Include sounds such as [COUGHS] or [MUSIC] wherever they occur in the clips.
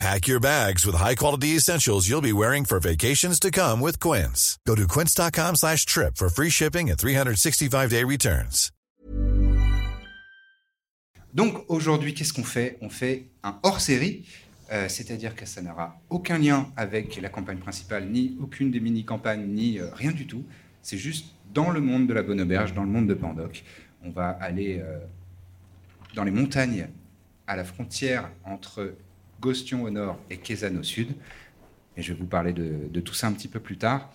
Pack your bags with high-quality essentials you'll be wearing for vacations to come with Quince. Go to quince.com slash trip for free shipping and 365-day returns. Donc aujourd'hui, qu'est-ce qu'on fait On fait un hors-série, euh, c'est-à-dire que ça n'aura aucun lien avec la campagne principale, ni aucune des mini-campagnes, ni euh, rien du tout. C'est juste dans le monde de la Bonne Auberge, dans le monde de Pandoc. On va aller euh, dans les montagnes, à la frontière entre Gostion au nord et Kézanne au sud. Et je vais vous parler de, de tout ça un petit peu plus tard.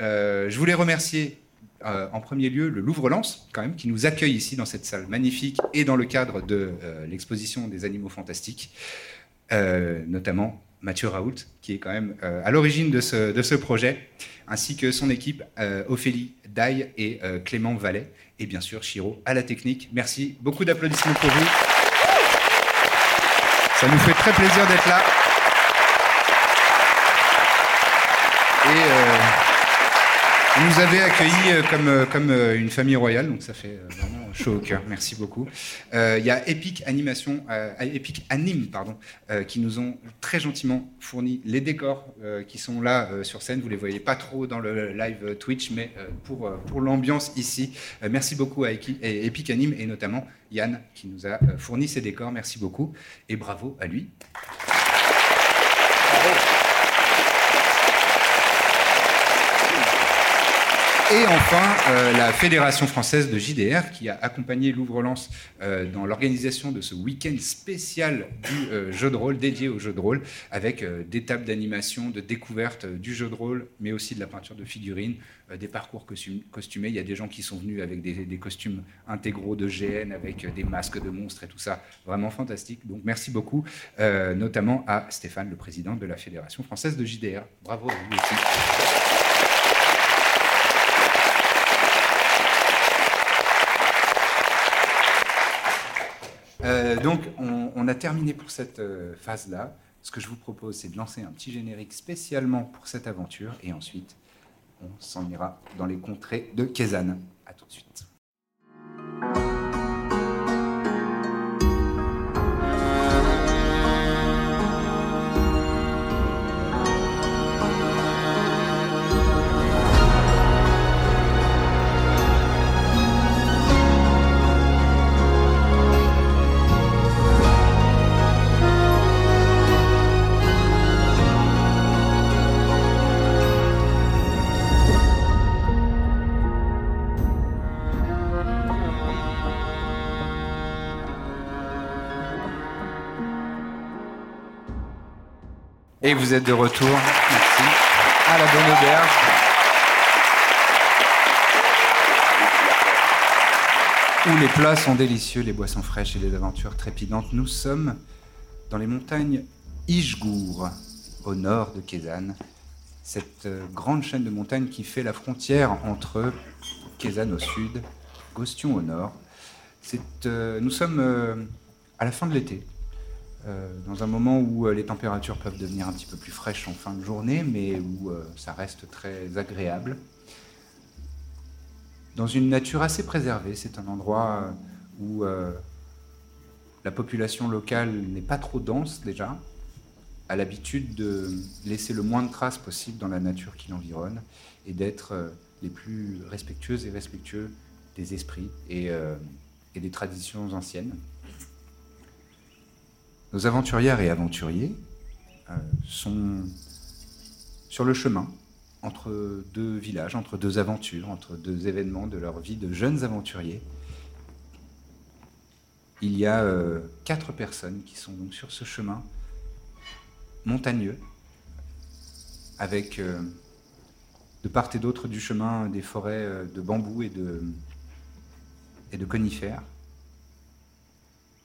Euh, je voulais remercier euh, en premier lieu le Louvre-Lens, quand même, qui nous accueille ici dans cette salle magnifique et dans le cadre de euh, l'exposition des animaux fantastiques, Euh, notamment Mathieu Raoult, qui est quand même euh, à l'origine de ce, de ce projet, ainsi que son équipe, euh, Ophélie Daille et euh, Clément Vallet, et bien sûr Chiro à la technique. Merci, beaucoup d'applaudissements pour vous. Ça nous fait très plaisir d'être là. Et euh, vous nous avez accueillis euh, comme, euh, comme euh, une famille royale, donc ça fait euh, vraiment chaud au cœur. Merci beaucoup. Euh, Il y a Epic Animation, euh, Epic Anime, pardon, euh, qui nous ont très gentiment fourni les décors euh, qui sont là euh, sur scène. Vous les voyez pas trop dans le live euh, Twitch, mais euh, pour, euh, pour l'ambiance ici, euh, merci beaucoup à Equi- et- Epic Anime et notamment Yann qui nous a euh, fourni ces décors. Merci beaucoup et bravo à lui. Et enfin, euh, la Fédération française de JDR qui a accompagné Louvre-Lens euh, dans l'organisation de ce week-end spécial du euh, jeu de rôle, dédié au jeu de rôle, avec euh, des tables d'animation, de découverte euh, du jeu de rôle, mais aussi de la peinture de figurines, euh, des parcours costum- costumés. Il y a des gens qui sont venus avec des, des costumes intégraux de GN, avec euh, des masques de monstres et tout ça. Vraiment fantastique. Donc merci beaucoup, euh, notamment à Stéphane, le président de la Fédération française de JDR. Bravo à vous aussi. Euh, donc, on, on a terminé pour cette euh, phase-là. Ce que je vous propose, c'est de lancer un petit générique spécialement pour cette aventure. Et ensuite, on s'en ira dans les contrées de Kézanne. À tout de suite. Et vous êtes de retour. Merci. À la bonne auberge. Où les plats sont délicieux, les boissons fraîches et les aventures trépidantes. Nous sommes dans les montagnes Ishgour, au nord de Kézanne. Cette euh, grande chaîne de montagnes qui fait la frontière entre Kézanne au sud, Gostion au nord. C'est, euh, nous sommes euh, à la fin de l'été, euh, dans un moment où euh, les températures peuvent devenir un petit peu plus fraîches en fin de journée, mais où euh, ça reste très agréable. Dans une nature assez préservée, c'est un endroit euh, où euh, la population locale n'est pas trop dense déjà, a l'habitude de laisser le moins de traces possible dans la nature qui l'environne et d'être euh, les plus respectueuses et respectueux des esprits et, euh, et des traditions anciennes. Nos aventurières et aventuriers euh, sont sur le chemin entre deux villages, entre deux aventures, entre deux événements de leur vie de jeunes aventuriers. Il y a euh, quatre personnes qui sont donc sur ce chemin montagneux, avec euh, de part et d'autre du chemin des forêts euh, de bambous et de, et de conifères.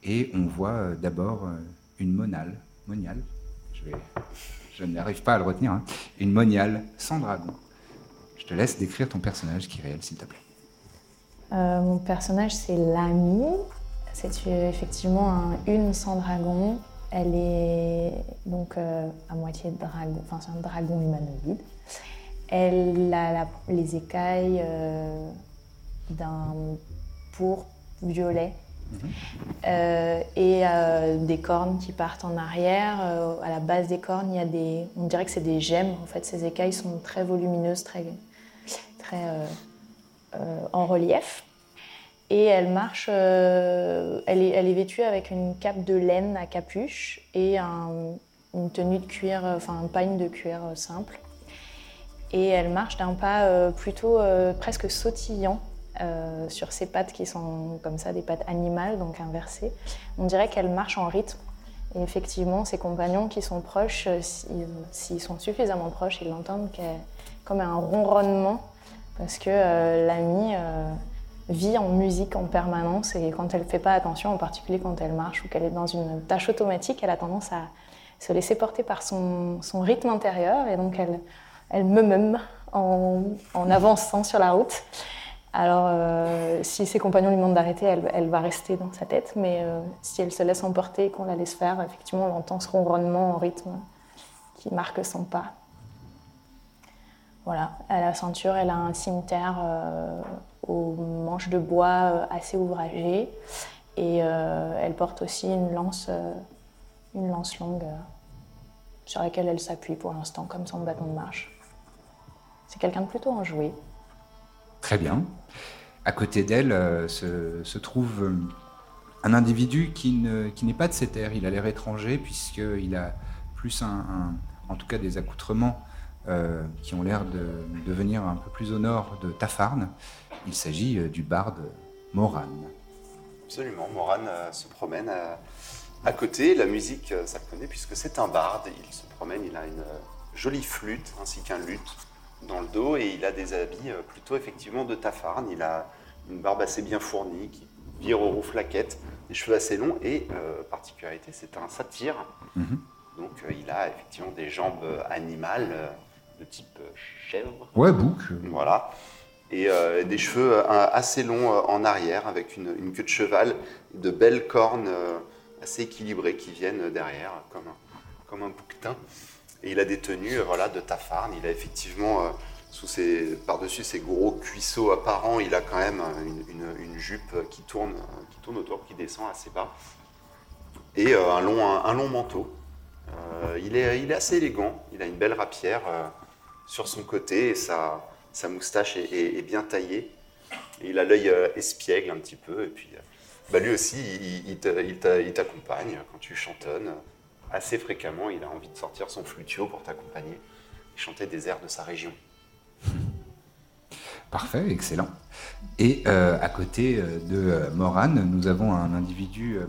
Et on voit euh, d'abord euh, une monale, moniale, je, vais- je n'arrive pas à le retenir, hein. une moniale sans dragon. Je te laisse décrire ton personnage, Kyriel, s'il te plaît. Euh, mon personnage, c'est l'ami. C'est euh, effectivement un une sans dragon. Elle est donc euh, à moitié dragon, enfin c'est un dragon humanoïde. Elle a la- les écailles euh, d'un pourpre violet Mhm. Euh, et euh, des cornes qui partent en arrière. Euh, à la base des cornes, il y a des, on dirait que c'est des gemmes. En fait, ces écailles sont très volumineuses, très, très euh, euh, en relief. Et elle marche, euh, elle, est, elle est vêtue avec une cape de laine à capuche et un- une tenue de cuir, euh, enfin un pagne de cuir euh, simple. Et elle marche d'un pas euh, plutôt euh, presque sautillant euh, sur ses pattes qui sont comme ça des pattes animales, donc inversées. On dirait qu'elle marche en rythme. Et effectivement, ses compagnons qui sont proches, euh, s'ils s'ils sont suffisamment proches, ils l'entendent qu'elle- comme un ronronnement parce que euh, l'amie euh, vit en musique en permanence et quand elle ne fait pas attention, en particulier quand elle marche ou qu'elle est dans une tâche automatique, elle a tendance à se laisser porter par son, son rythme intérieur et donc elle, elle me meume en, en avançant sur la route. Alors, euh, si ses compagnons lui demandent d'arrêter, elle, elle va rester dans sa tête, mais euh, si elle se laisse emporter et qu'on la laisse faire, effectivement, on entend ce ronronnement en rythme qui marque son pas. Voilà, à la ceinture, elle a un cimetière euh, aux manches de bois euh, assez ouvragées. Et euh, elle porte aussi une lance, euh, une lance longue euh, sur laquelle elle s'appuie pour l'instant, comme son bâton de marche. C'est quelqu'un de plutôt enjoué. Très bien. À côté d'elle euh, se, se trouve euh, un individu qui ne- qui n'est pas de ces terres. Il a l'air étranger puisqu'il a plus un, un- en tout cas des accoutrements euh, qui ont l'air de, de venir un peu plus au nord de Tafarn. Il s'agit euh, du barde Moran. Absolument, Moran euh, se promène euh, à côté. La musique, euh, ça le connaît puisque c'est un barde. Il se promène, il a une euh, jolie flûte ainsi qu'un luth dans le dos et il a des habits euh, plutôt effectivement de tafarne. Il a une barbe assez bien fournie qui vire au roux flaquette, des cheveux assez longs et euh, particularité, c'est un satyre. Mhm. Donc euh, il a effectivement des jambes euh, animales euh, de type euh, chèvre. Ouais, euh, Bouc. Voilà. Et euh, des cheveux euh, assez longs euh, en arrière, avec une, une queue de cheval, de belles cornes euh, assez équilibrées qui viennent euh, derrière, comme un, comme un bouquetin. Et il a des tenues euh, voilà, de tafarne. Il a effectivement, euh, sous ses, par-dessus ses gros cuisseaux apparents, il a quand même euh, une, une- une jupe euh, qui tourne, euh, qui tourne autour, qui descend assez bas. Et euh, un, long, un, un long manteau. Euh, il, est, il est assez élégant. Il a une belle rapière euh, sur son côté et ça sa moustache est, est- est bien taillée. Et il a l'œil euh, espiègle un petit peu. Et puis, euh, bah, lui aussi, il, il te- il t'a- il t'accompagne quand tu chantonnes. Assez fréquemment, il a envie de sortir son flutio pour t'accompagner et chanter des airs de sa région. Parfait, excellent. Et euh, à côté euh, de euh, Moran, nous avons un individu euh,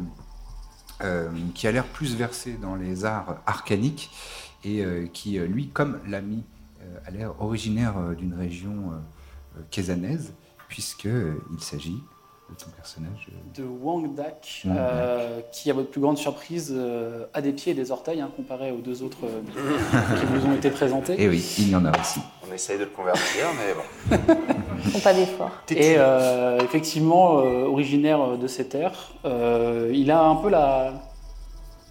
euh, qui a l'air plus versé dans les arts arcaniques et euh, qui, euh, lui, comme l'ami, euh, a l'air originaire euh, d'une région euh, euh, quésanaise, puisque euh, il s'agit de ton personnage. euh, de Wang Dak, Wang euh, qui, à votre plus grande surprise, euh, a des pieds et des orteils hein, comparé aux deux autres euh, qui vous ont [LAUGHS] été présentés. Eh oui, il y en a aussi. On essaye de le convertir, mais bon. Ils font pas d'effort. Et euh, effectivement, euh, originaire de ces terres, euh, il a un peu la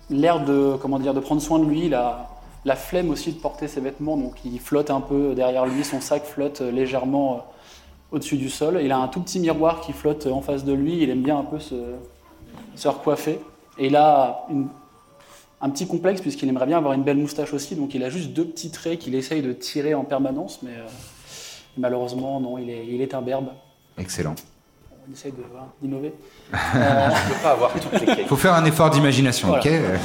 l'air de comment dire de prendre soin de lui, la la flemme aussi de porter ses vêtements, donc il flotte un peu derrière lui, son sac flotte légèrement euh, au-dessus du sol. Il a un tout petit miroir qui flotte en face de lui. Il aime bien un peu se se recoiffer. Et il a une- un petit complexe puisqu'il aimerait bien avoir une belle moustache aussi, donc il a juste deux petits traits qu'il essaye de tirer en permanence, mais euh, malheureusement non, il est, il est imberbe. Excellent. On essaie de- voilà, d'innover. On Euh, ne peut pas avoir toutes les Il qualités. faut faire un effort d'imagination, Voilà. ok Euh,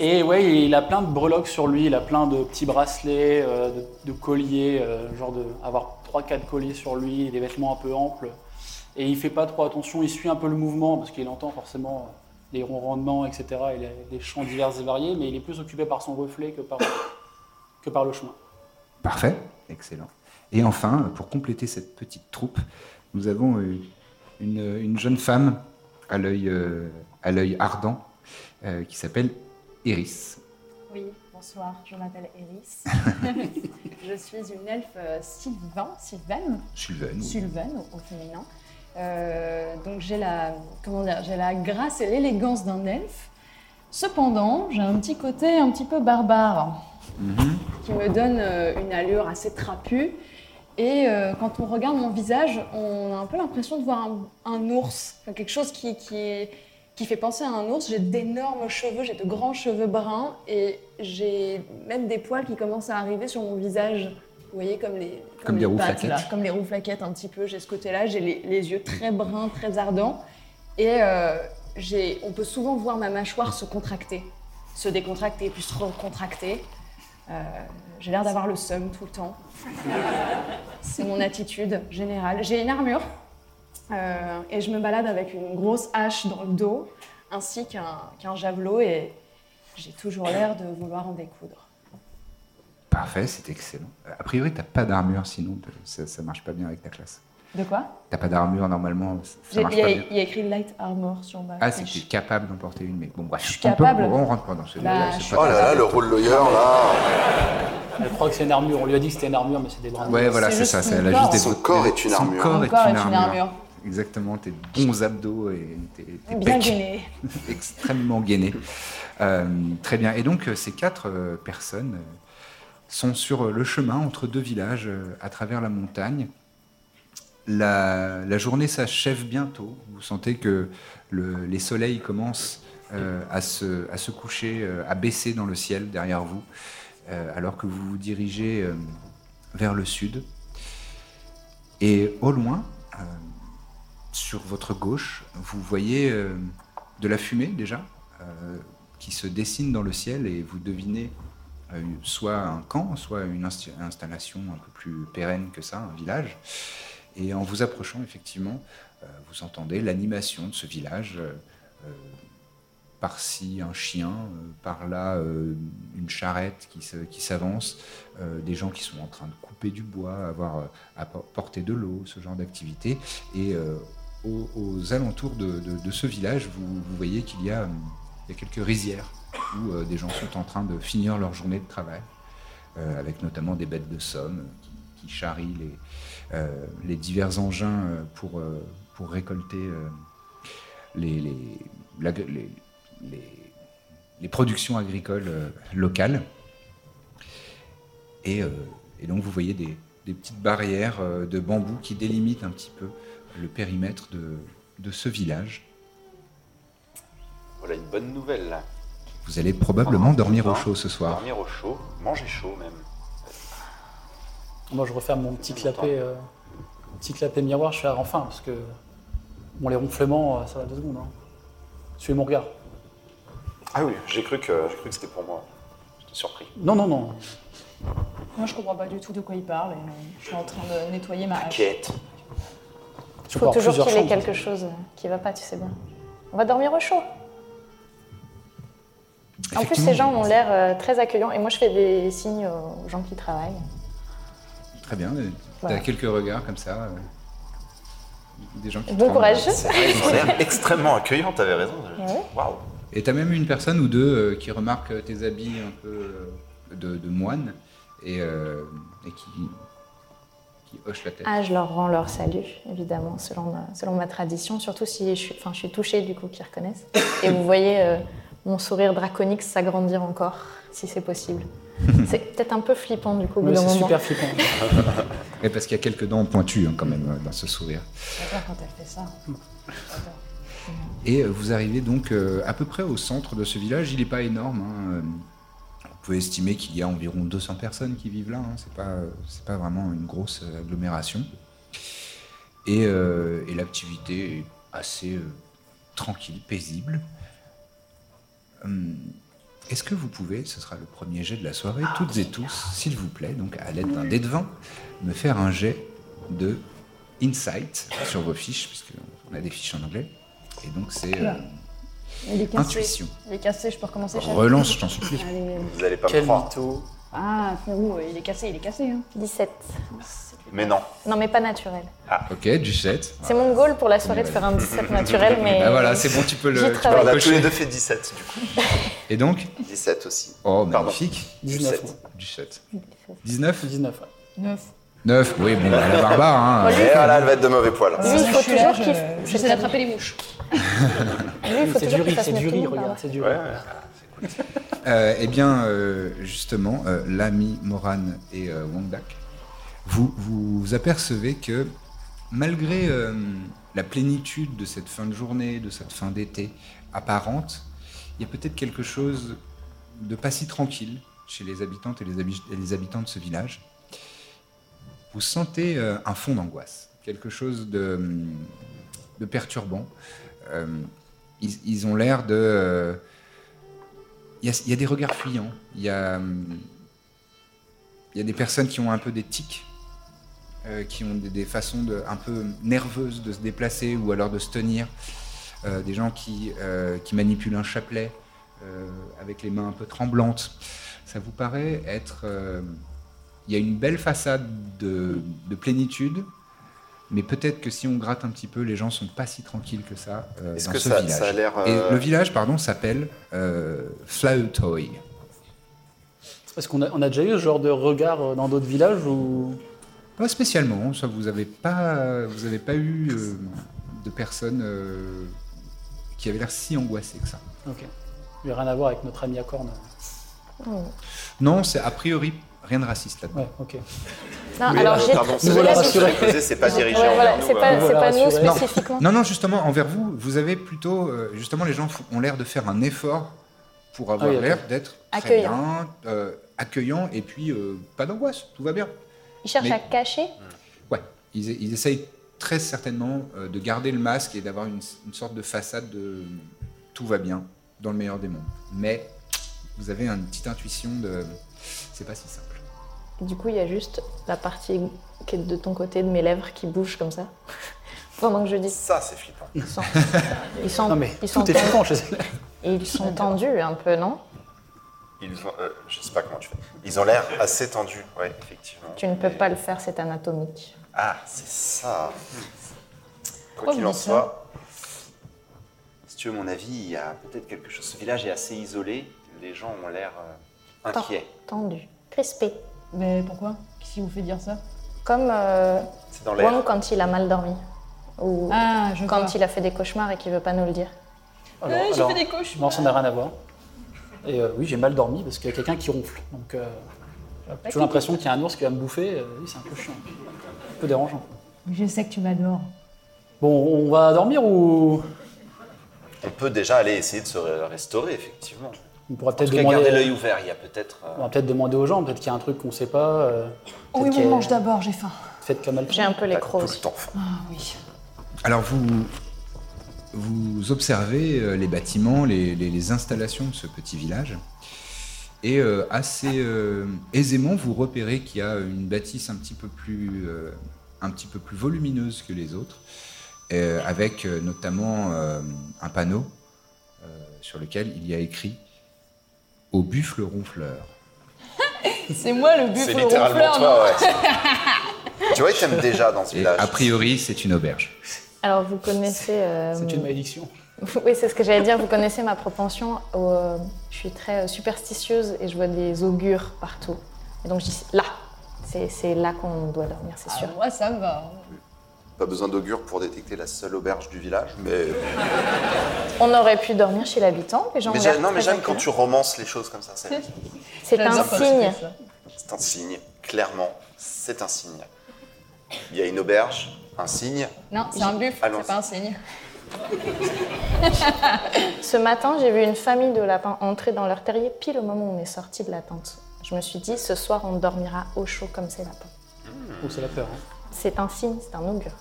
et ouais, il a plein de breloques sur lui, il a plein de petits bracelets, euh, de, de colliers, euh, genre de avoir 3-4 colliers sur lui, des vêtements un peu amples. Et il fait pas trop attention, il suit un peu le mouvement parce qu'il entend forcément euh, les ronronnements, etc. et les, les chants divers et variés, mais il est plus occupé par son reflet que par, [COUGHS] que par le chemin. Parfait, excellent. Et enfin, pour compléter cette petite troupe, nous avons euh, une, une jeune femme à l'œil euh, à l'œil ardent euh, qui s'appelle Eris. Oui, bonsoir, je m'appelle Eris. [LAUGHS] je suis une elfe euh, sylvain, sylvaine, Sylvain. sylvaine au, au féminin, Euh, donc j'ai la, comment dire, j'ai la grâce et l'élégance d'un elfe. Cependant, j'ai un petit côté un petit peu barbare qui me donne euh, une allure assez trapue. Et euh, quand on regarde mon visage, on a un peu l'impression de voir un, un ours, Enfin, quelque chose qui, qui, qui fait penser à un ours. J'ai d'énormes cheveux, j'ai de grands cheveux bruns et j'ai même des poils qui commencent à arriver sur mon visage. Vous voyez, comme les, Comme des les roues pattes, là. flaquettes. Comme les roues flaquettes, un petit peu. J'ai ce côté-là, j'ai les, les yeux très bruns, très ardents. Et euh, j'ai- on peut souvent voir ma mâchoire se contracter, se décontracter, puis se recontracter. Euh, j'ai l'air d'avoir le seum tout le temps. C'est mon attitude générale. J'ai une armure euh, et je me balade avec une grosse hache dans le dos ainsi qu'un qu'un javelot et j'ai toujours l'air de vouloir en découdre. Parfait, c'est excellent. Euh, A priori, t'as pas d'armure, sinon t'as- ça, ça marche pas bien avec ta classe. De quoi T'as pas d'armure, normalement, ça- J'ai- ça marche Il y, a- pas bien. il y a écrit light armor sur ma Ah, c'est que fiche. tu es capable d'en porter une, mais bon, bref. Je suis on peut- capable. on rentre pas dans ce Bah, débat, je c'est suis pas Oh là grave. là, le rôle lawyer là Elle croit que c'est une armure. On lui a dit que c'était une armure, mais c'est des bras. Ouais, voilà, C'est c'est juste ça. son c'est- elle a corps. juste des Son autres- corps est une son armure. corps Son est corps une armure. Exactement, tes bons abdos et tes, tes Bien pecs gênée. [LAUGHS] extrêmement gainés. Euh, très bien. Et donc, euh, ces quatre euh, personnes euh, sont sur euh, le chemin entre deux villages euh, à travers la montagne. La, la journée s'achève bientôt. Vous sentez que le- les soleils commencent euh, à, se, à se coucher, euh, à baisser dans le ciel derrière vous, euh, alors que vous vous dirigez euh, vers le sud. Et au loin, euh, sur votre gauche, vous voyez euh, de la fumée déjà euh, qui se dessine dans le ciel et vous devinez euh, soit un camp, soit une insti- installation un peu plus pérenne que ça, un village. Et en vous approchant, effectivement, euh, vous entendez l'animation de ce village. euh, euh, par-ci un chien, euh, par là euh, une charrette qui se- qui s'avance, euh, des gens qui sont en train de couper du bois, avoir euh, apporter de l'eau, ce genre d'activité. Et euh, aux, aux alentours de, de- de ce village, vous, vous voyez qu'il y, a, hum, il y a quelques rizières où euh, des gens sont en train de finir leur journée de travail, euh, avec notamment des bêtes de somme euh, qui, qui charrient les, euh, les divers engins euh, pour, euh, pour récolter euh, les, les- la- les- les- les productions agricoles euh, locales. Et, euh, et donc vous voyez des, des petites barrières euh, de bambou qui délimitent un petit peu le périmètre de, de ce village. [LAUGHS] Voilà une bonne nouvelle là. Vous allez probablement Oh, dormir au putain. chaud ce soir. Dormir au chaud, manger chaud même. Moi, je referme mon petit clapet, euh, petit clapet miroir. Je fais enfin parce que bon, les ronflements, euh, ça va deux secondes. hein. Suivez mon regard. Ah oui, j'ai cru que, j'ai cru que c'était pour moi. J'étais surpris. Non, non, non. Moi, je comprends pas du tout de quoi il parle et euh, je suis en train de nettoyer ma hache. Quête. Je Il faut peux avoir toujours qu'il plusieurs ait choses. hein. quelque chose euh, qui va pas, tu sais bien. On va dormir au chaud. En plus, ces gens Effectivement. ont l'air euh, très accueillants. Et moi, je fais des signes aux gens qui travaillent. Très bien. euh, Voilà. T'as quelques regards comme ça. euh, Des gens qui Bon tremblent. courage. Ils ont l'air extrêmement accueillants, t'avais raison. Waouh. Et t'as même une personne ou deux euh, qui remarque euh, tes habits un peu euh, de, de moine et, euh, et qui, qui hoche la tête. Ah, je leur rends leur salut, évidemment, selon ma, selon ma tradition. Surtout si je suis, enfin, je suis touchée, du coup, qu'ils reconnaissent. Et vous voyez euh, mon sourire draconique s'agrandir encore, si c'est [LAUGHS] possible. c'est peut-être un peu flippant, du coup, au bout Ouais, d'un c'est moment. super flippant. Et parce qu'il y a quelques dents pointues hein, quand même euh, dans ce sourire. J'adore quand elle fait ça. J'adore. Et euh, vous arrivez donc euh, à peu près au centre de ce village. Il n'est pas énorme. hein, euh, On peut estimer qu'il y a environ 200 personnes qui vivent là. hein, C'est pas, euh, c'est pas vraiment une grosse euh, agglomération. Et, euh, et l'activité est assez euh, tranquille, paisible. Hum, Est-ce que vous pouvez, ce sera le premier jet de la soirée, toutes et tous, s'il vous plaît, donc à l'aide d'un dé de 20, me faire un jet de insight sur vos fiches, puisque on a des fiches en anglais. Et donc c'est euh, Il est cassé. intuition. Il est cassé, je peux recommencer chef Relance, je t'en supplie. Allez. Vous allez pas me Quel croire. mytho. Ah, Ferrou, il est cassé, il est cassé. Hein. 17. Mais non. Non, mais pas naturel. Ok, du 7. C'est mon goal pour la soirée de faire un [LAUGHS] 17 naturel, mais. Bah voilà, c'est bon, tu peux le. tu J'ai peux On travaillé. le a tous cocher. les deux fait 17 du coup. Et donc 17 aussi. Oh, Pardon. magnifique. 19. 17. ouais. Du 7. 19 19. ouais. 9. Neuf, oui, bon, bah, la barbare. Hein, Et voilà, elle va être de mauvais poil. Lui, il faut Je suis là, toujours qu'il je- je J'essaie sais d'attraper les [LAUGHS] mouches. pas, lui, il faut C'est du toujours riz, qu'il fasse c'est du mieux que tout riz, le monde, regarde, c'est du riz. Ouais, ouais. Euh, eh bien, euh, justement, euh, l'ami Moran et euh, Wang Dak, vous, vous apercevez que malgré euh, la plénitude de cette fin de journée, de cette fin d'été apparente, il y a peut-être quelque chose de pas si tranquille chez les habitantes et les, habi- et les habitants de ce village. Vous sentez euh, un fond d'angoisse, quelque chose de, de perturbant. Euh, ils, ils ont l'air de... euh, il y, a- il y a des regards fuyants. Il y a, hum, il y a des personnes qui ont un peu des tics, euh, qui ont des, des façons de, un peu nerveuses de se déplacer ou alors de se tenir. Euh, des gens qui, euh, qui manipulent un chapelet euh, avec les mains un peu tremblantes. Ça vous paraît être. euh, il y a une belle façade de, de plénitude. Mais peut-être que si on gratte un petit peu, les gens sont pas si tranquilles que ça euh, Est-ce dans que ce ça, village. ça a l'air. Et euh, le village, pardon, s'appelle euh, Flautoy. Parce qu'on a, on a déjà eu ce genre de regard euh, dans d'autres villages où Pas spécialement, ça vous avez pas, vous avez pas eu euh, de personnes euh, qui avaient l'air si angoissées que ça. Ok. Il n'y a rien à voir avec notre ami à cornes. Non, c'est a priori rien de raciste là-dedans. Ouais, ok. Non, oui, Ah, alors euh, j'ai. pardon, c'est Nous la voilà question que rassurés. j'avais posée, c'est pas dirigé Ouais, voilà, envers nous. c'est euh, pas, Nous c'est voilà pas nous rassurés. Non. spécifiquement. Non, non, justement envers vous, vous avez plutôt, euh, justement, les gens f- ont l'air de faire un effort pour avoir Ah oui, l'air d'être très Accueillant. bien, euh, accueillant et puis euh, pas d'angoisse, tout va bien. Ils cherchent Mais- à cacher. Ouais, ils, ils essayent très certainement euh, de garder le masque et d'avoir une, une sorte de façade de tout va bien, dans le meilleur des mondes. Mais vous avez une petite intuition de c'est pas si simple. Du coup, il y a juste la partie qui est de ton côté de mes lèvres qui bouge comme ça. [LAUGHS] Pendant que je dis Ça, c'est flippant. ils sont, ils sont, Non mais Ah, ils sont, tout est tendus, flippant chez elle. ils sont tendus un peu, non Ils ont, euh, je sais pas comment tu fais. Ils ont l'air assez tendus, ouais, effectivement. Tu ne peux pas le faire, c'est anatomique. Ah, c'est ça. Quoi Pourquoi qu'il vous en dites soit, si tu veux mon avis, il y a peut-être quelque chose. Ce village est assez isolé. Les gens ont l'air euh, inquiets. Tendu, crispé, Mais pourquoi Qu'est-ce qui vous fait dire ça comme euh, C'est dans l'air. Wang quand il a mal dormi ou Ah, je quand il a fait des cauchemars et qu'il veut pas nous le dire. Alors, J'ai alors, fait des cauchemars. Non, ça n'a rien à voir. Et euh, oui, j'ai mal dormi parce qu'il y a quelqu'un qui ronfle. Donc, Bah, euh, j'ai toujours l'impression qu'il y a un ours qui va me bouffer. euh, oui, c'est un peu chiant. Un peu dérangeant. Je sais que tu m'adores. Bon, on va dormir ou On peut déjà aller essayer de se ré- restaurer, effectivement. on pourra En peut-être tout cas, garder l'œil demander. ouvert. Il y a peut-être. euh, On va peut-être demander aux gens. Peut-être qu'il y a un truc qu'on ne sait pas. euh, Oh Oui, peut-être qu'il y on a- mange d'abord, j'ai faim. Faites comme elle. J'ai un peu les pas crocs. tout le aussi. temps. Ah oui. Alors vous vous observez euh, les bâtiments, les, les- les installations de ce petit village. Et euh, assez euh, aisément, vous repérez qu'il y a une bâtisse un petit peu plus, euh, un petit peu plus volumineuse que les autres, euh, avec euh, notamment euh, un panneau euh, sur lequel il y a écrit Au buffle ronfleur. C'est moi le buffle C'est littéralement ronfleur, toi, ouais. [LAUGHS] tu vois, ils t'aiment déjà dans ce Et village. a priori, c'est une auberge. Alors vous connaissez. euh, C'est une malédiction. [LAUGHS] Oui, c'est ce que j'allais dire. Vous connaissez ma propension. au- Je suis très euh, superstitieuse et je vois des augures partout. Et donc je dis là, c'est c'est là qu'on doit dormir, c'est sûr. non Moi, ça me va. hein. Pas besoin d'augure pour détecter la seule auberge du village, mais. On aurait pu dormir chez l'habitant, les gens mais ont j'aime- l'air non, mais très j'aime quand tu accueillants. romances les choses comme ça. [LAUGHS] C'est C'est un J'adore quand tu signe. fais ça. c'est un signe. Clairement, c'est un signe. Il y a une auberge, un signe. Non, c'est un buffle, Allons-y. c'est pas un signe. Ce matin, j'ai vu une famille de lapins entrer dans leur terrier pile au moment où on est sorti de la tente. Je me suis dit, ce soir, on dormira au chaud comme ces lapins. Donc, c'est la peur. hein. C'est un signe, c'est un augure.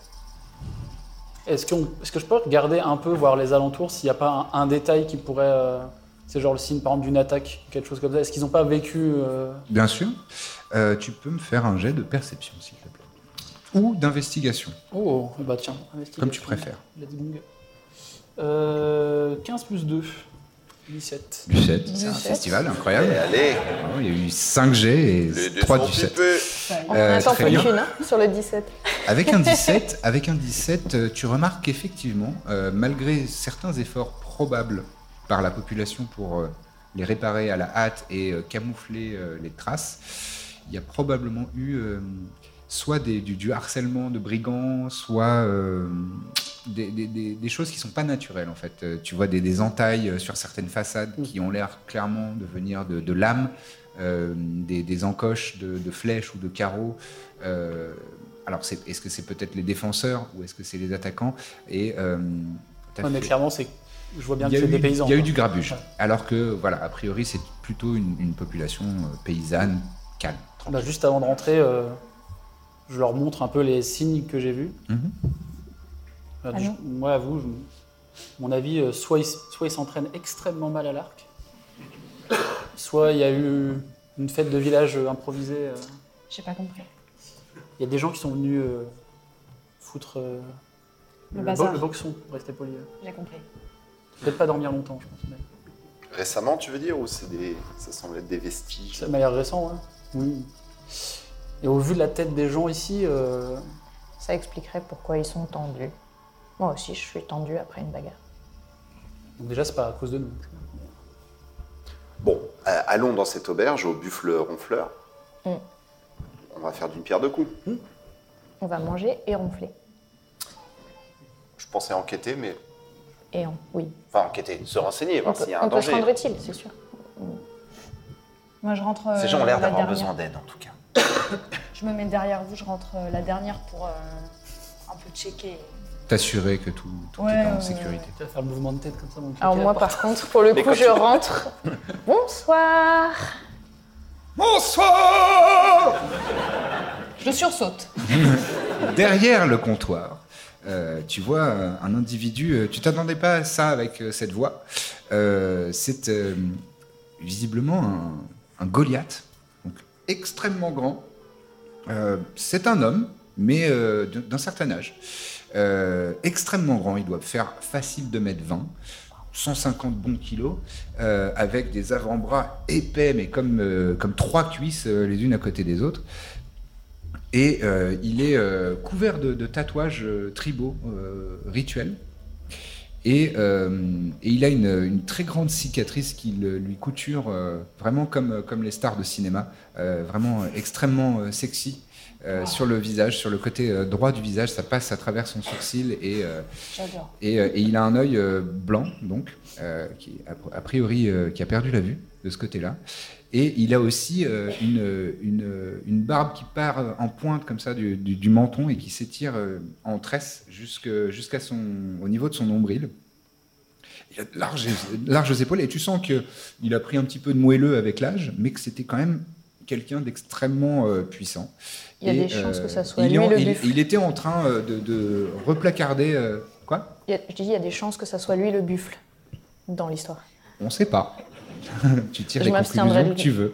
Est-ce qu'on- est-ce que je peux regarder un peu, voir les alentours, s'il n'y a pas un, un détail qui pourrait. euh, C'est genre le signe, par exemple, d'une attaque, quelque chose comme ça. Est-ce qu'ils n'ont pas vécu. euh, Bien sûr. Euh, tu peux me faire un jet de perception, s'il te plaît. Ou d'investigation. Oh, bah tiens, investigation. Comme tu préfères. Let's gong. Euh, 15 plus 2, 17. Du 7, c'est un festival incroyable. Et allez, Il y a eu 5G les et dés 3 sont du 7. pipés. On Euh, attend très plus bien. qu'une hein, sur le 17. Avec un 17, avec un 17 euh, tu remarques qu'effectivement, euh, malgré certains efforts probables par la population pour euh, les réparer à la hâte et euh, camoufler euh, les traces, il y a probablement eu euh, soit des- du, du harcèlement de brigands, soit euh, des, des- des- des choses qui sont pas naturelles en fait. Euh, tu vois des, des entailles euh, sur certaines façades Mm. qui ont l'air clairement de venir de, de lames, euh, des, des encoches de, de flèches ou de carreaux. Euh, alors c'est- est-ce que c'est peut-être les défenseurs ou est-ce que c'est les attaquants Et euh, t'as Ouais, mais fait- clairement, c'est. Je vois bien il y a, que c'est eu, des paysans. il y a eu quoi. du grabuge. Ouais. Alors que, voilà, a priori, c'est plutôt une, une population euh, paysanne calme. Bah, juste avant de rentrer, euh, je leur montre un peu les signes que j'ai vus. Mhm. Euh, Ah je- non. moi, à vous, je- mon avis, euh, soit ils soit ils s'entraînent extrêmement mal à l'arc, soit il y a eu une fête de village euh, improvisée. euh. J'ai pas compris. Il y a des gens qui sont venus euh, foutre euh, Le le, bazar. bo- le boxon, pour rester poli. euh. J'ai compris. Peut-être pas dormir longtemps, je pense. mais Récemment, tu veux dire, ou c'est des... ça semble être des vestiges Ça m'a l'air récent, ouais. Oui. Et au vu de la tête des gens ici, euh, Ça expliquerait pourquoi ils sont tendus. Moi aussi, je suis tendue après une bagarre. donc déjà, c'est pas à cause de nous. Bon, euh, allons dans cette auberge au buffle ronfleur. Mm. On va faire d'une pierre deux coups. On va manger et ronfler. Je pensais enquêter, mais. Et on, oui. Enfin, enquêter, se renseigner, On voir peut, Ah, s'il y a un on peut se danger. rendre utile, c'est sûr. Moi, je rentre. Ces euh, gens ont l'air la d'avoir dernière. besoin d'aide, en tout cas. Je me mets derrière vous, je rentre euh, la dernière pour euh, un peu checker. T'assurer que tout, tout Ouais, est en ouais, sécurité. Tu vas faire le mouvement de tête comme ça dans le Alors cliquet, moi, là, par contre, pour le Mais coup, quand je tu- [LAUGHS] rentre. Bonsoir Bonsoir Je sursaute. Derrière le comptoir, euh, tu vois euh, un individu. euh, tu t'attendais pas à ça avec euh, cette voix. Euh, C'est euh, visiblement un, un Goliath, donc extrêmement grand. Euh, C'est un homme, mais euh, d- d'un certain âge. Euh, extrêmement grand, il doit faire facile 2m20, 150 bons kilos, euh, avec des avant-bras épais, mais comme, euh, comme trois cuisses euh, les unes à côté des autres. Et euh, il est euh, couvert de, de tatouages euh, tribaux, euh, rituels. Et, euh, et il a une, une très grande cicatrice qu'il euh, lui couture, euh, vraiment comme, comme les stars de cinéma, euh, vraiment euh, extrêmement euh, sexy. euh, sur le visage, sur le côté euh, droit du visage, ça passe à travers son sourcil et euh, J'adore. et, euh, et il a un œil euh, blanc, donc, euh, qui a, a priori euh, qui a perdu la vue de ce côté-là. Et il a aussi euh, une, euh, une, euh, une barbe qui part euh, en pointe comme ça du, du- du menton et qui s'étire euh, en tresse jusque- jusqu'à son au niveau de son nombril. Il a de larges, de larges épaules et tu sens que il a pris un petit peu de moelleux avec l'âge, mais que c'était quand même quelqu'un d'extrêmement euh, puissant. Il y a Et, des chances euh, que ça soit il est lui en- le il, buffle. il était en train euh, de, de replacarder euh, quoi Il y a- je dis, il y a des chances que ça soit lui le buffle dans l'histoire. On sait pas. [LAUGHS] tu tires Je les m'abstiendrai conclusions de que le tu veux.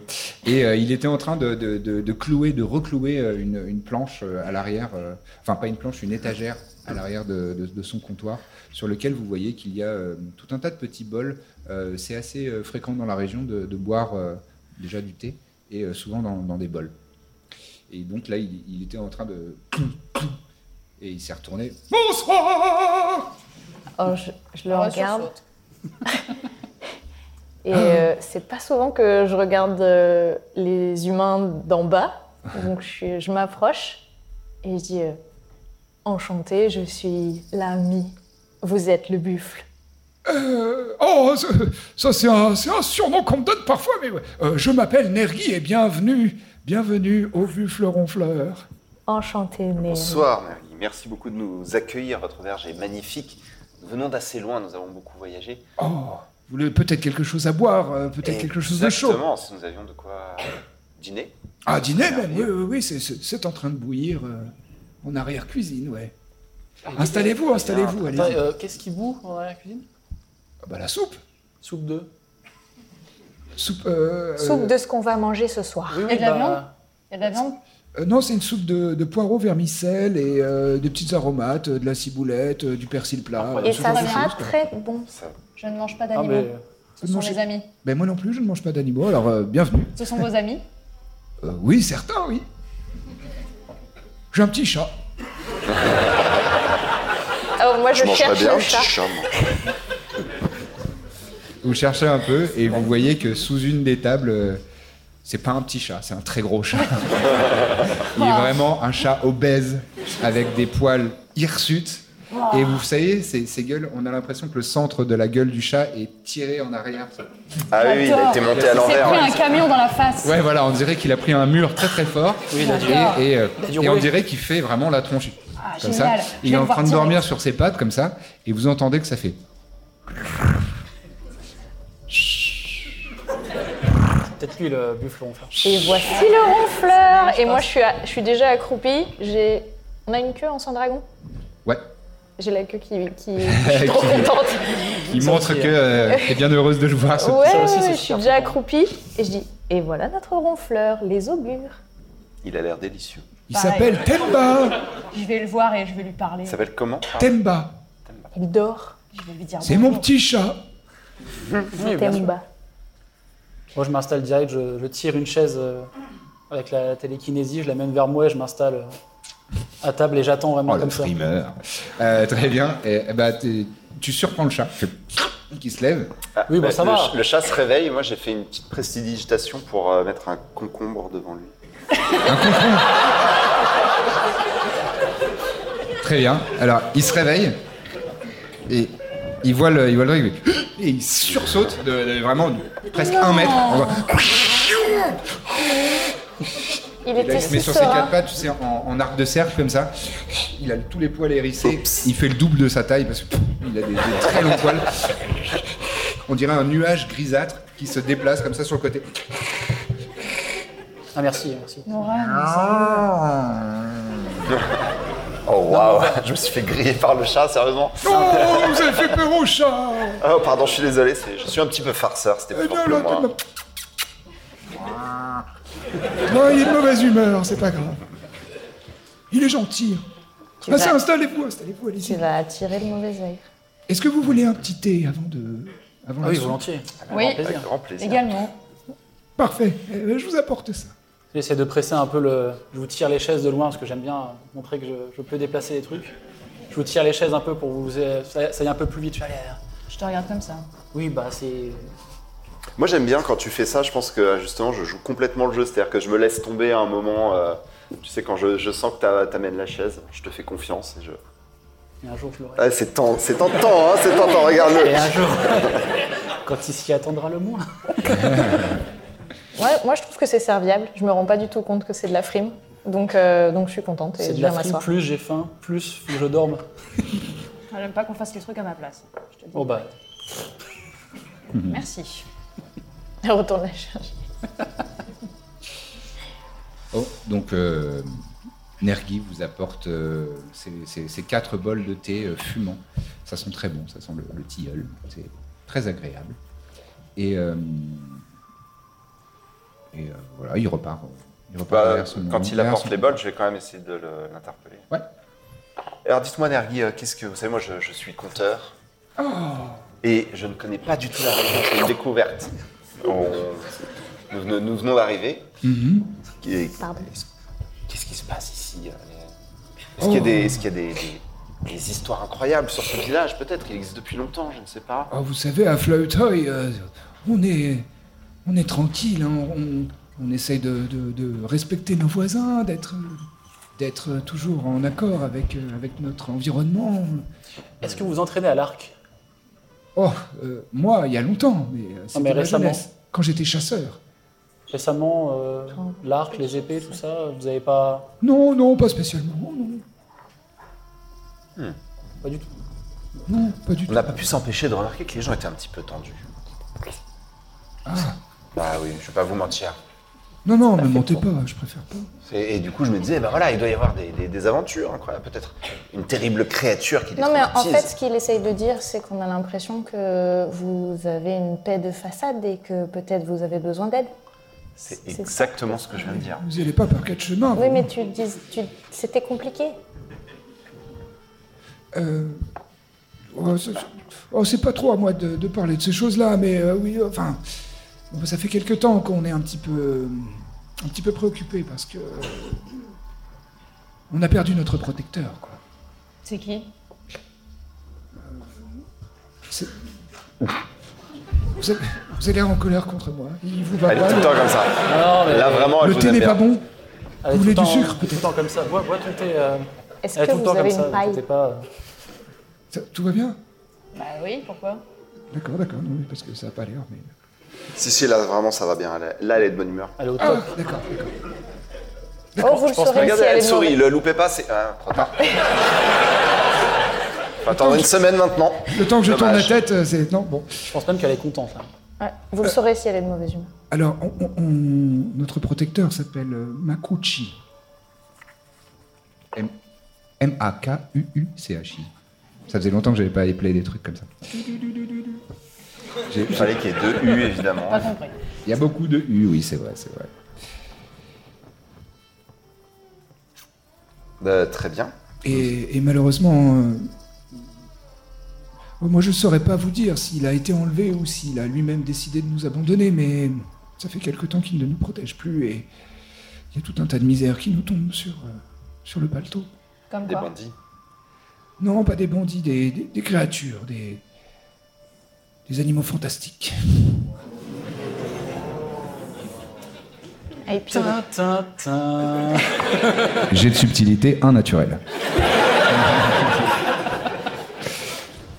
Et euh, il était en train de, de- de- de clouer, de reclouer euh, une, une planche euh, à l'arrière, euh, enfin pas une planche, une étagère à l'arrière de, de- de son comptoir, sur lequel vous voyez qu'il y a euh, tout un tas de petits bols. Euh, C'est assez euh, fréquent dans la région de, de boire euh, déjà du thé, et euh, souvent dans, dans des bols. Et donc là, il, il était en train de... [COUGHS] Et il s'est retourné. Bonsoir Oh, je, je le Ah Moi, je regarde. sursaute. Et euh, c'est pas souvent que je regarde euh, les humains d'en bas. Donc je, suis- je m'approche et je dis euh, Enchantée, je suis l'ami. Vous êtes le buffle. Euh, oh, ça, ça, c'est un, c'est un surnom qu'on me donne parfois, mais ouais. Euh, je m'appelle Nergi et bienvenue, bienvenue au Vu Fleuron Fleur. Enchantée, Néry. Bonsoir, Marie. Merci beaucoup de nous accueillir. Votre auberge est magnifique. Nous venons d'assez loin, nous avons beaucoup voyagé. Oh, vous voulez peut-être quelque chose à boire, euh, peut-être quelque chose de chaud. Exactement, si nous avions de quoi dîner. Ah, dîner même, oui, oui, oui, c'est- c'est c'est en train de bouillir euh, en arrière-cuisine, ouais. Installez-vous, installez-vous, allez Attends, euh, Qu'est-ce qui boue dans la cuisine bah, la soupe, Soupe de. soupe... euh, Soupe de ce qu'on va manger ce soir. Oui, bah, Et de la viande Il y a de la viande euh, non, c'est une soupe de, de poireaux vermicelles et euh, des petites aromates, euh, de la ciboulette, euh, du persil plat. Incroyable. euh, Et ce ça genre de sera choses, quoi. très bon. Ça- Je ne mange pas Ah, d'animaux. mais euh, Ce sont Manger- mes amis. Ben moi non plus, je ne mange pas d'animaux, alors euh, bienvenue. Ce sont vos amis. Euh, oui, certains, oui. J'ai un petit chat. Alors moi je, cherche le chat. Vous cherchez un peu et vous voyez que sous une des tables, euh, C'est pas un petit chat, c'est un très gros chat. Il est vraiment un chat obèse, avec des poils hirsutes. Et vous savez, ces, ces gueules, on a l'impression que le centre de la gueule du chat est tiré en arrière. Ah oui, oui, il a été monté à Il s'est l'envers. pris ouais. un camion dans la face. Ouais, voilà, on dirait qu'il a pris un mur très très fort. Oui, il a dû- et, et, euh, Il a dû et on rouler. dirait qu'il fait vraiment la tronche. Bah, Ah, comme ça. génial. Je Il vais est en le voir train de direct. dormir sur ses pattes comme ça, et vous entendez que ça fait. Peut-être lui, le buffle ronfleur. Et voici le ronfleur. Et moi, je suis, à- je suis déjà accroupie. J'ai, on a une queue en sang dragon. [LAUGHS] Ouais. J'ai la queue qui, [LAUGHS] qui... je suis trop Qui- contente. Il Ça montre aussi, que [LAUGHS] euh, t'es bien heureuse de le voir. ce- Ouais, ça aussi, ouais, c'est je suis super déjà important. accroupie. Et je dis, et voilà notre ronfleur, les augures. Il a l'air délicieux. Il Pareil. s'appelle Temba. Je vais le voir et je vais lui parler. Il s'appelle comment pardon Temba. Il dort, Je vais lui dire C'est mon bonjour. petit chat. Oui, bien sûr. Temba. Moi, je m'installe direct, je, je tire une chaise euh, avec la télékinésie, je l'amène vers moi et je m'installe euh, à table et j'attends vraiment Oh, le comme ça. primeur. Euh, très bien. Et, eh ben, t'es- tu surprends le chat que- qui se lève. Ah, bah, Oui, bon, le- ça le, va. ch- Le chat se réveille. Moi, j'ai fait une petite prestidigitation pour euh, mettre un concombre devant lui. Très bien. Alors, il se réveille et il voit le, il voit le truc. Et il sursaute de, de- vraiment de- presque un mètre. On voit- Il Là, était il se met si sur ses quatre serein. pattes, tu sais, en, en arc de cercle comme ça. Il a tous les poils hérissés. Il fait le double de sa taille parce qu'il a des, des très longs poils. On dirait un nuage grisâtre qui se déplace comme ça sur le côté. Ah, merci, merci. Nora, mais Ah. Oh waouh [LAUGHS] Je me suis fait griller par le chat, sérieusement. Oh, Ah, vous avez fait peur au chat. Oh pardon, je suis désolé. c'est- Je suis un petit peu farceur. C'était Euh, pas Eh bien, pour là, moi. Temba. Non, il est de mauvaise humeur, c'est pas grave. Il est hein. gentil. Tu Ah, Vas-y, vas, installez-vous, installez-vous, allez-y. tu vas attirer le mauvais oeil. Est-ce que vous voulez un petit thé avant de. Avant Ah la oui, soupe volontiers. Oui. Avec Avec grand plaisir. grand plaisir. également. Parfait, Euh, je vous apporte ça. J'essaie de presser un peu le. Je vous tire les chaises de loin parce que j'aime bien euh, montrer que je, je peux déplacer les trucs. Je vous tire les chaises un peu pour vous. Ça, ça aille un peu plus vite. Je fais, allez, allez. Je te regarde comme ça. Oui, bah c'est. Moi j'aime bien quand tu fais ça, je pense que justement je joue complètement le jeu, c'est-à-dire que je me laisse tomber à un moment, euh, tu sais quand je, je sens que t'a- t'amènes la chaise, je te fais confiance et je... Et un jour, je l'aurai. Ah, c'est tant, c'est tentant, hein, c'est tentant, regarde-le Et un jour, [LAUGHS] quand il s'y attendra le moins. Ouais, moi je trouve que c'est serviable. Je me rends pas du tout compte que c'est de la frime. Donc, euh, donc je suis contente et C'est je de la viens frime, m'asseoir. plus j'ai faim, plus faut que je dorme. Enfin, J'aime pas qu'on fasse les trucs à ma place. Je te dis. Bon, bah, Merci. Elle [LAUGHS] retourne la charge. Oh, donc euh, Nergi vous apporte euh, ces, ces- ces quatre bols de thé euh, fumant. Ça sent très bon, ça sent le, le tilleul. C'est très agréable. Et, euh, et, euh, voilà, il repart. euh, Il repart Bah, vers son- Quand il vers apporte son- les bols, je vais quand même essayer de le- l'interpeller. Ouais. Alors dites-moi Nergi, euh, qu'est-ce que... Vous savez, moi je, je suis conteur, Oh. et je ne connais pas du tout la région, c'est une découverte. On- Nous, venons- nous venons d'arriver. Mm-hmm. Et- Pardon. Qu'est-ce qui se passe ici euh, les- Est-ce qu'il y a, des, est-ce qu'il y a des, des- des histoires incroyables sur ce village Peut-être, il existe depuis longtemps, je ne sais pas. Ah, vous savez, à Flautoy, euh, on est, on est tranquille. hein, on, on essaye de, de- de respecter nos voisins, d'être, d'être toujours en accord avec, euh, avec notre environnement. est-ce que vous vous entraînez à l'arc Oh, euh, moi, il y a longtemps, mais euh, c'était mais ma récemment. jeunesse, quand j'étais chasseur. Récemment, euh, l'arc, les épées, tout ça, vous avez pas. Non, non, pas spécialement. Non, Pas du tout. non, pas du On tout. n'a pas pu s'empêcher de remarquer que les gens étaient un petit peu tendus. Ah. Bah oui, je ne vais pas vous mentir. Non, non, ne mentez pas, je préfère pas. Et, et du coup, je me disais, bah voilà, il doit y avoir des, des- des aventures incroyables. Peut-être une terrible créature qui Non mais en détruit fait ce qu'il essaye de dire c'est qu'on a l'impression que vous avez une paix de façade et que peut-être vous avez besoin d'aide. C'est c'est ça. exactement ce que je viens de dire. Vous n'allez pas par quatre chemins. Oui vous. mais tu dis, tu... c'était compliqué. Euh, oh, ça- ça- oh, c'est pas trop à moi de, de parler de ces choses-là, mais euh, oui, euh, enfin, bon, ça fait quelque temps qu'on est un petit peu, euh, un petit peu préoccupé parce que euh, on a perdu notre protecteur. Quoi. Euh, C'est qui C'est- Vous savez, vous Vous avez l'air en colère contre moi. Il vous va Elle est pas, tout le le- temps comme ça. Non, mais Là, vraiment, elle le vous thé aime n'est bien. pas bon. Ah, elle est Ah vous tout le voulez du temps- sucre, Tout le peut-être temps comme ça. Bois, bois ton thé. euh, Est-ce elle est que tout le vous temps comme avez ça. une ne paille t'inquiète pas. Ça- Tout va bien Bah oui, pourquoi D'accord, d'accord. Non, mais parce que ça n'a pas l'air. Mais... Si, si, là, vraiment, ça va bien. Elle- Là, elle est de bonne humeur. Elle est au Ah, top. d'accord, d'accord. Oh, vous le pense que- saurez si Regardez, elle elle est sourit. mauvaise. Le loupez pas, c'est. Ah, [LAUGHS] trop tard. Faut attendre une semaine maintenant. Le temps que je tourne la Dommage. tête, euh, c'est. Non, bon. Je pense même qu'elle est contente. là. Ouais, Vous le saurez si elle est de mauvaise humeur. Alors, on- on- on- notre protecteur s'appelle euh, Makuchi. M- M-A-K-U-U-C-H-I. Ça faisait longtemps que j'avais pas allé play des trucs comme ça. J'ai- Il j'ai- fallait qu'il y ait deux U, évidemment. Pas compris. Il y a beaucoup de U, oui, c'est vrai, c'est vrai. Euh, très bien. Et, et malheureusement, euh, oh, moi je ne saurais pas vous dire s'il a été enlevé ou s'il a lui-même décidé de nous abandonner, mais ça fait quelque temps qu'il ne nous protège plus et il y a tout un tas de misères qui nous tombent sur, euh, sur le paletot. Comme Des quoi bandits. Non, pas des bandits, des, des- des créatures, des, des animaux fantastiques. Et puis, Tin, tin, tin. J'ai de subtilité, un naturel.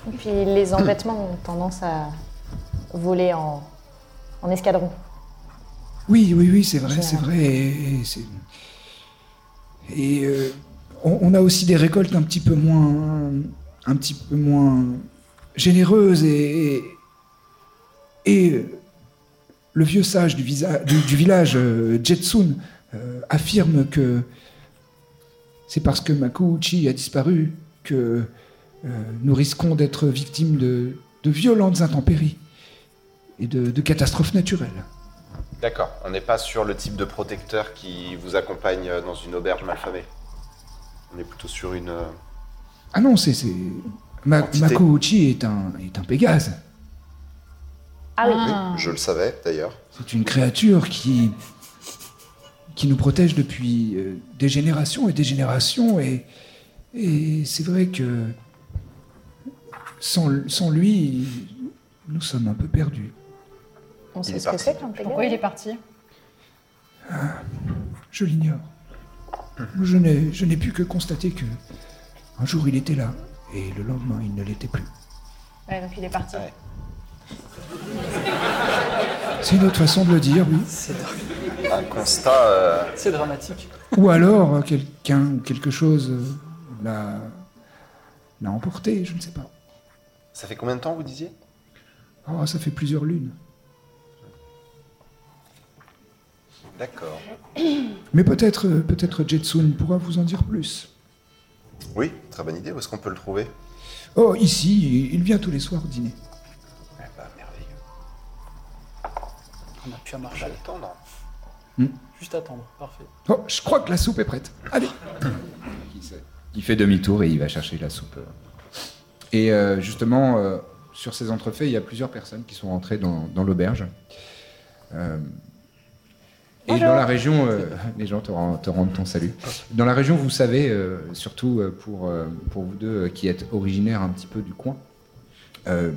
et puis les embêtements ont tendance à voler en, en escadron. Oui, oui, oui, c'est vrai, J'ai c'est un- vrai. Et, et c'est- et, euh, on, on a aussi des récoltes un petit peu moins, un petit peu moins généreuses et et, euh, le vieux sage du, visa- du- du village euh, Jetsun euh, affirme que c'est parce que Makuuchi a disparu que euh, nous risquons d'être victimes de, de violentes intempéries et de- de catastrophes naturelles. D'accord. On n'est pas sur le type de protecteur qui vous accompagne euh, dans une auberge malfamée. On est plutôt sur une. euh, Ah non, c'est. c'est... Ma- Entité. Makuuchi est un, est un Pégase. Ah oui. Je le savais d'ailleurs. C'est une créature qui. qui nous protège depuis euh, des générations et des générations. Et, et c'est vrai que. Sans, sans lui, nous sommes un peu perdus. On Il sait est ce que parti. c'est qu'un Pégase. Pourquoi il est parti Je l'ignore. Je n'ai, je n'ai pu que constater que. un jour il était là, et le lendemain il ne l'était plus. Ouais, donc il est parti. Ouais. C'est une autre façon de le dire, oui. C'est Un constat. euh, [LAUGHS] c'est dramatique. Ou alors euh, quelqu'un ou quelque chose euh, l'a l'a emporté, je ne sais pas. Ça fait combien de temps vous disiez Oh, ça fait plusieurs lunes. D'accord. Mais peut-être euh, peut-être Jetsun pourra vous en dire plus. Oui, très bonne idée. Où est-ce qu'on peut le trouver Oh, ici, il vient tous les soirs dîner. Eh ben, merveilleux. On a pu Je marcher. vais attendre. Juste attendre. Parfait. Oh, je crois que la soupe est prête. [COUGHS] Allez. Il fait demi-tour et il va chercher la soupe. Et euh, justement, euh, sur ces entrefaits, il y a plusieurs personnes qui sont rentrées dans, dans l'auberge. Euh, et dans la région, euh, les gens te, rend- te rendent ton salut. Dans la région, vous savez, euh, surtout euh, pour, euh, pour vous deux euh, qui êtes originaires un petit peu du coin, euh,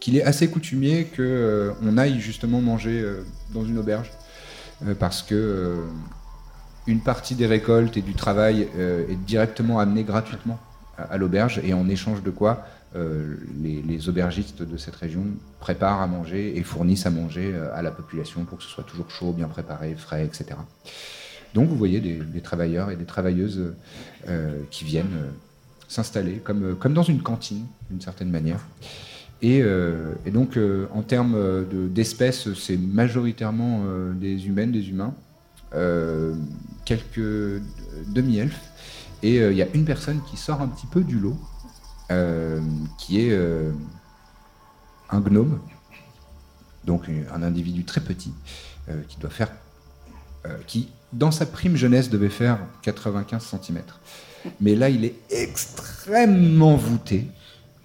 qu'il est assez coutumier qu'on aille justement manger euh, dans une auberge. euh, parce que euh, une partie des récoltes et du travail euh, est directement amenée gratuitement à, à l'auberge et en échange de quoi euh, les, les aubergistes de cette région préparent à manger et fournissent à manger euh, à la population pour que ce soit toujours chaud, bien préparé, frais, etc. Donc vous voyez des, des travailleurs et des travailleuses euh, qui viennent euh, s'installer comme, euh, comme dans une cantine d'une certaine manière. Et, euh, et donc euh, en termes euh, de- d'espèces, c'est majoritairement euh, des humaines, des humains euh, quelques euh, demi-elfes. Et euh, il y a une personne qui sort un petit peu du lot, euh, qui est euh, un gnome, donc euh, un individu très petit, euh, qui doit faire. euh, qui, dans sa prime jeunesse, devait faire 95 cm. Mais là, il est extrêmement voûté,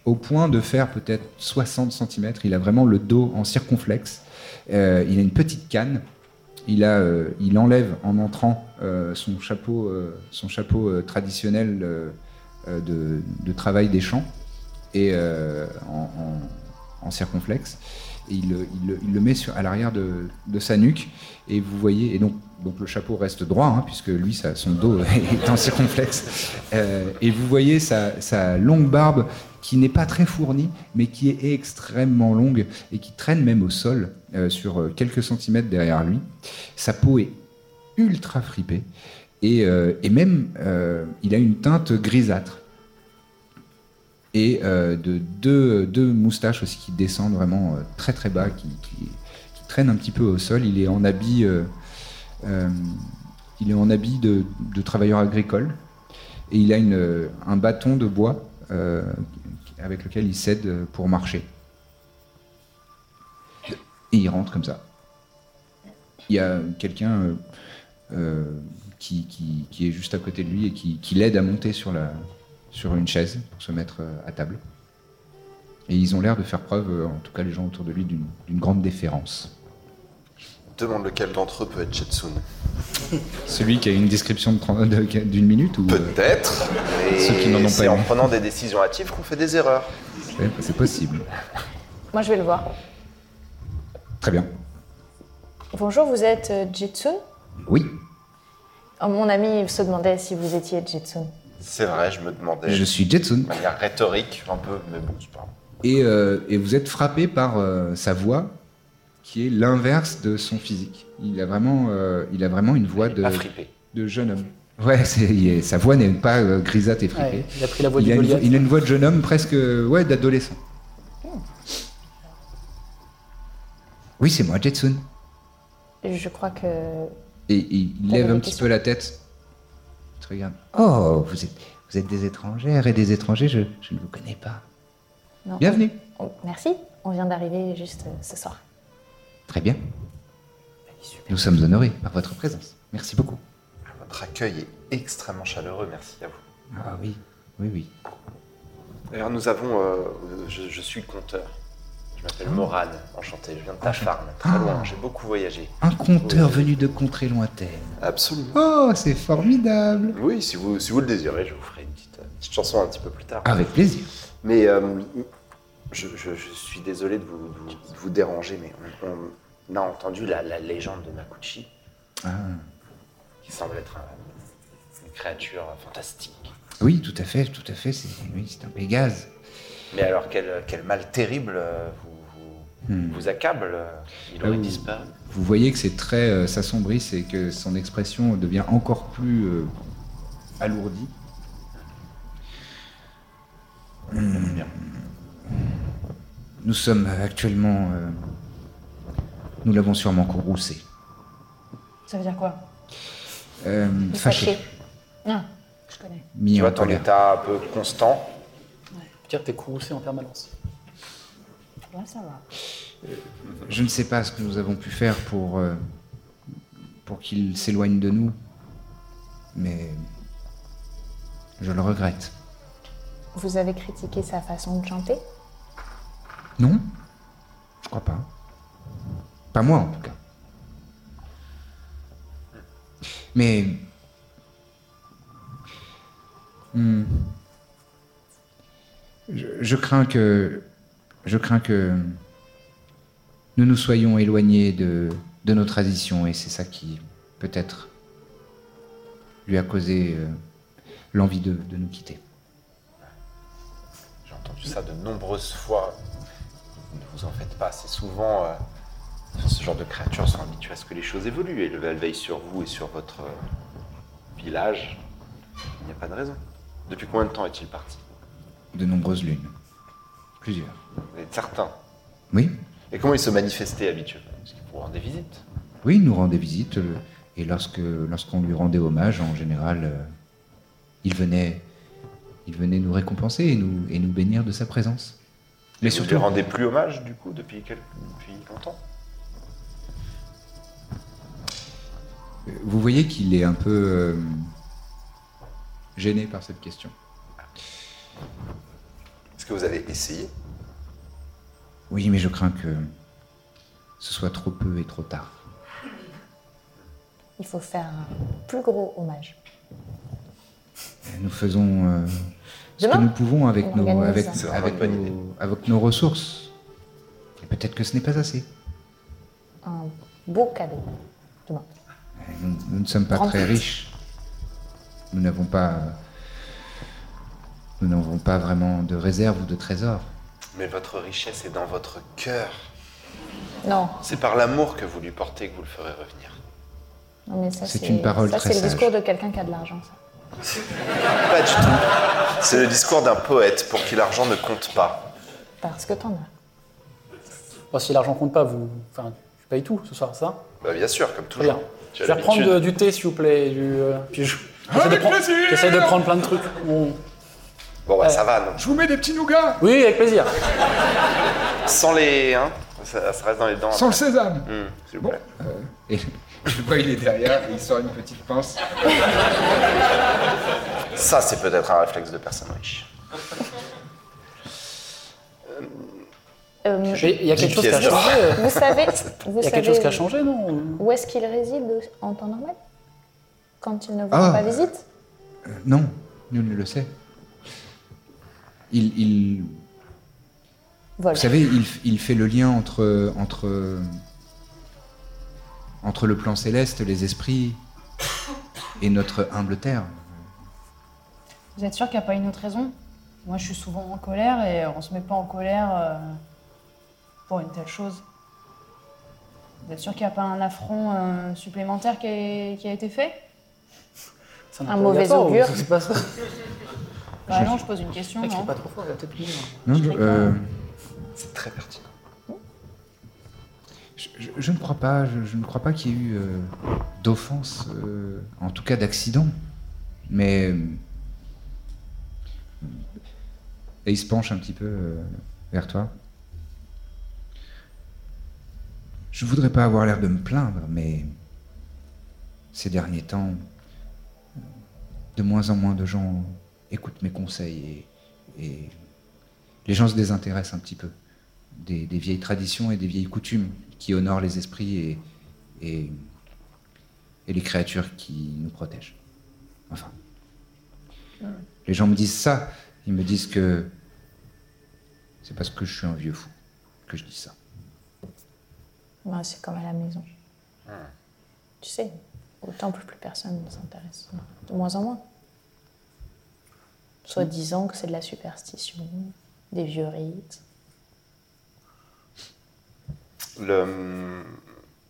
au point de faire peut-être 60 cm. Il a vraiment le dos en circonflexe. Euh, il a une petite canne. Il, a, euh, il enlève en entrant euh, son chapeau, euh, son chapeau euh, traditionnel euh, euh, de, de travail des champs et euh, en, en- en circonflexe. et il, le- il le- il le met sur, à l'arrière de, de sa nuque. Et vous voyez, et donc, donc le chapeau reste droit, hein, puisque lui, ça- son dos [LAUGHS] est en circonflexe. Euh, et vous voyez sa, sa longue barbe qui n'est pas très fournie, mais qui est extrêmement longue et qui traîne même au sol euh, sur euh, quelques centimètres derrière lui. Sa peau est ultra fripée et, euh, et même euh, il a une teinte grisâtre et euh, de deux, deux moustaches aussi qui descendent vraiment euh, très très bas, qui, qui- qui traînent un petit peu au sol. Il est en habit, euh, euh, il est en habit de, de travailleur agricole et il a une, euh, un bâton de bois euh, avec lequel il cède euh, pour marcher. Et il rentre comme ça. Il y a quelqu'un euh, euh, qui, qui- qui est juste à côté de lui et qui, qui l'aide à monter sur la, sur une chaise pour se mettre euh, à table. Et ils ont l'air de faire preuve, euh, en tout cas les gens autour de lui, d'une d'une grande déférence. Demande lequel d'entre eux peut être Jetsun. Celui qui a une description de tren- de- d'une minute ou... euh, Peut-être. mais Ceux qui n'en ont pas C'est en aimé. prenant des décisions hâtives qu'on fait des erreurs. ouais, C'est possible. Moi, je vais le voir. Très bien. Bonjour, vous êtes euh, Jitsun Oui, Oh, Mon ami se demandait si vous étiez Jitsun. C'est vrai, je me demandais. je suis Jetsun. De manière rhétorique, un peu, mais bon, c'est pas grave. Et, euh, et vous êtes frappé par euh, sa voix qui est l'inverse de son physique. Il a vraiment, euh, il a vraiment une voix de, Pas frippé. de jeune homme. Ouais, c'est- il est- sa voix n'est pas euh, grisâtre et fripée. Ouais, il a pris la voix Il du a, une, Goliath. il a une voix de jeune homme presque euh, ouais, d'adolescent. Oui, c'est moi, Jetsun. Je crois que. Et il il T'avais lève un des petit questions peu la tête. Il te regarde. Oh, vous êtes, vous êtes des étrangères et des étrangers, je, je ne vous connais pas. Non. Bienvenue. on- Oh, Merci, on vient d'arriver juste euh, ce soir. Très bien. Nous sommes honorés par votre présence. Merci beaucoup. Votre accueil est extrêmement chaleureux, merci à vous. Ah oui, oui, oui. D'ailleurs, nous avons. euh, je, je suis conteur. Je Ah. m'appelle Morane, enchanté. Je viens de Tafarn, très loin. J'ai beaucoup voyagé. Un Oh. conteur venu de contrées lointaines. Absolument. Oh, c'est formidable. Oui, si vous, si vous le désirez, je vous ferai une petite, euh, petite chanson un petit peu plus tard. Avec plaisir. Mais euh, je, je- je suis désolé de vous, de vous- de vous déranger, mais on, on a entendu la, la légende de Makuchi, Ah. qui semble être un- une créature fantastique. Oui, tout à fait, tout à fait. C'est oui, c'est un Pégase. Mais alors, quel, quel mal terrible euh, vous, vous, vous accable euh, Il Hmm. Ah aurait oui. disparu. Vous voyez que ses traits euh, s'assombrissent et que son expression devient encore plus euh, alourdie. Hmm. Nous sommes actuellement. euh, nous l'avons sûrement courroucé. Ça veut dire quoi Euh, fâché. Fâché. Ah, je connais. Mis Tu vois en ton colère. état un peu constant. Dire que t'es courroucé en permanence. Ouais, ça va. Je ne sais pas ce que nous avons pu faire pour, euh, pour qu'il s'éloigne de nous, mais je le regrette. Vous avez critiqué sa façon de chanter Non Je crois pas. Pas moi en tout cas. Mais... Hmm. Je, je crains que... Je crains que... Nous nous soyons éloignés de, de nos traditions et c'est ça qui, peut-être, lui a causé euh, l'envie de- de nous quitter. J'ai entendu ça de nombreuses fois. Ne vous en faites pas, c'est souvent. euh, ce genre de créatures sont habituées à ce que les choses évoluent. Et elles veillent sur vous et sur votre euh, village. Il n'y a pas de raison. Depuis combien de temps est-il parti De nombreuses lunes. Plusieurs. Vous êtes certain Oui, Et comment il se manifestait habituellement Parce qu'il vous rendait visite. oui, il nous rendait visite. euh, Et lorsque lorsqu'on lui rendait hommage, en général, euh, il venait il venait nous récompenser et nous, et nous bénir de sa présence. Mais Et vous surtout, lui rendez plus hommage, du coup, depuis, quel- depuis longtemps euh, vous voyez qu'il est un peu euh, gêné par cette question. Est-ce que vous avez essayé Oui, mais je crains que ce soit trop peu et trop tard. Il faut faire un plus gros hommage. Nous faisons euh, ce que Demain, nous pouvons avec on nos, organise avec, ça. C'est vraiment avec une bonne nos- avec nos ressources. Et Peut-être que ce n'est pas assez. Un beau cadeau. Nous, nous ne sommes pas Grande très fête. riches. Nous n'avons pas. euh, Nous n'avons pas vraiment de réserve ou de trésor. Mais votre richesse est dans votre cœur. Non, C'est par l'amour que vous lui portez que vous le ferez revenir. non, mais ça C'est c'est une parole ça, très c'est le sage. discours de quelqu'un qui a de l'argent. ça. Pas du tout. C'est le discours d'un poète pour qui l'argent ne compte pas. Parce que t'en as. Bon, si l'argent compte pas, vous, enfin, tu payes tout ce soir, ça Bah, bien sûr, comme Très bien. toujours. Tu Je as vais reprendre l'habitude. de- du thé, s'il vous plaît. et Du, euh, puis je- j'essaie de, prendre- j'essaie de prendre plein de trucs. Bon. Bon, bah, ça va, non. Je vous mets des petits nougats Oui, avec plaisir. Sans les. Hein, ça, ça reste dans les dents. sans le sésame. Hum, S'il vous plaît. Et [LAUGHS] je vois, il est derrière, et il sort une petite pince. Ça, c'est peut-être un réflexe de personne riche. Euh, Mais Il y a quelque chose qui a pièces d'or. changé. euh, [LAUGHS] vous savez, vous Il y a savez quelque chose qui a changé, non où est-ce qu'il réside euh, en temps normal Quand il ne vous Ah. rend pas visite Non, nous ne le sait. Il, il, Vol. vous savez, il, il fait le lien entre, entre, entre le plan céleste, les esprits et notre humble terre. Vous êtes sûr qu'il n'y a pas une autre raison Moi, je suis souvent en colère et on se met pas en colère euh, pour une telle chose. Vous êtes sûr qu'il n'y a pas un affront euh, supplémentaire qui a, qui a été fait C'est Un mauvais interrogatoire, augure. ou C'est pas ça. Bah non, je pose une question. hein. Mec, non c'est pas trop fort, il va peut-être mourir. Non, Je je, rigole. euh, C'est très pertinent. je- je- je ne crois pas, je, je ne crois pas qu'il y ait eu euh, d'offense, euh, en tout cas d'accident. Mais euh, et il se penche un petit peu euh, vers toi. Je voudrais pas avoir l'air de me plaindre, mais ces derniers temps, de moins en moins de gens écoutent mes conseils et, et les gens se désintéressent un petit peu des, des vieilles traditions et des vieilles coutumes qui honorent les esprits et, et, et les créatures qui nous protègent. Enfin, les gens me disent ça, ils me disent que c'est parce que je suis un vieux fou que je dis ça. Ouais, Ben, c'est comme à la maison. Tu sais, au temple, plus personne ne s'intéresse. De moins en moins. Soit disant que c'est de la superstition, des vieux rites. Le... hmm,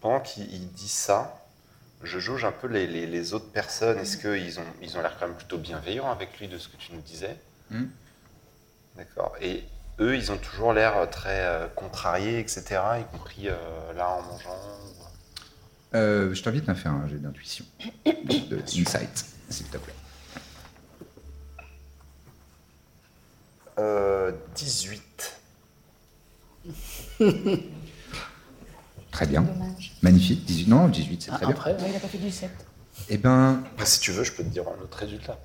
Pendant qu'il il dit ça, je jauge un peu les, les- les autres personnes. Est-ce qu'ils ont ils ont l'air quand même plutôt bienveillants avec lui de ce que tu nous disais Hmm. Mhm. D'accord. Et eux, ils ont toujours l'air euh, très euh, contrariés, etc., y compris euh, là en mangeant. Euh, je t'invite à faire un jet d'intuition, de insight, s'il te plaît. Euh, 18. Très bien, Dommage. magnifique. 18, non, 18, c'est très bien. Ah, Après, Ouais, il a pas fait du 7. Eh ben, Après, Bah, si tu veux, je peux te dire un autre résultat.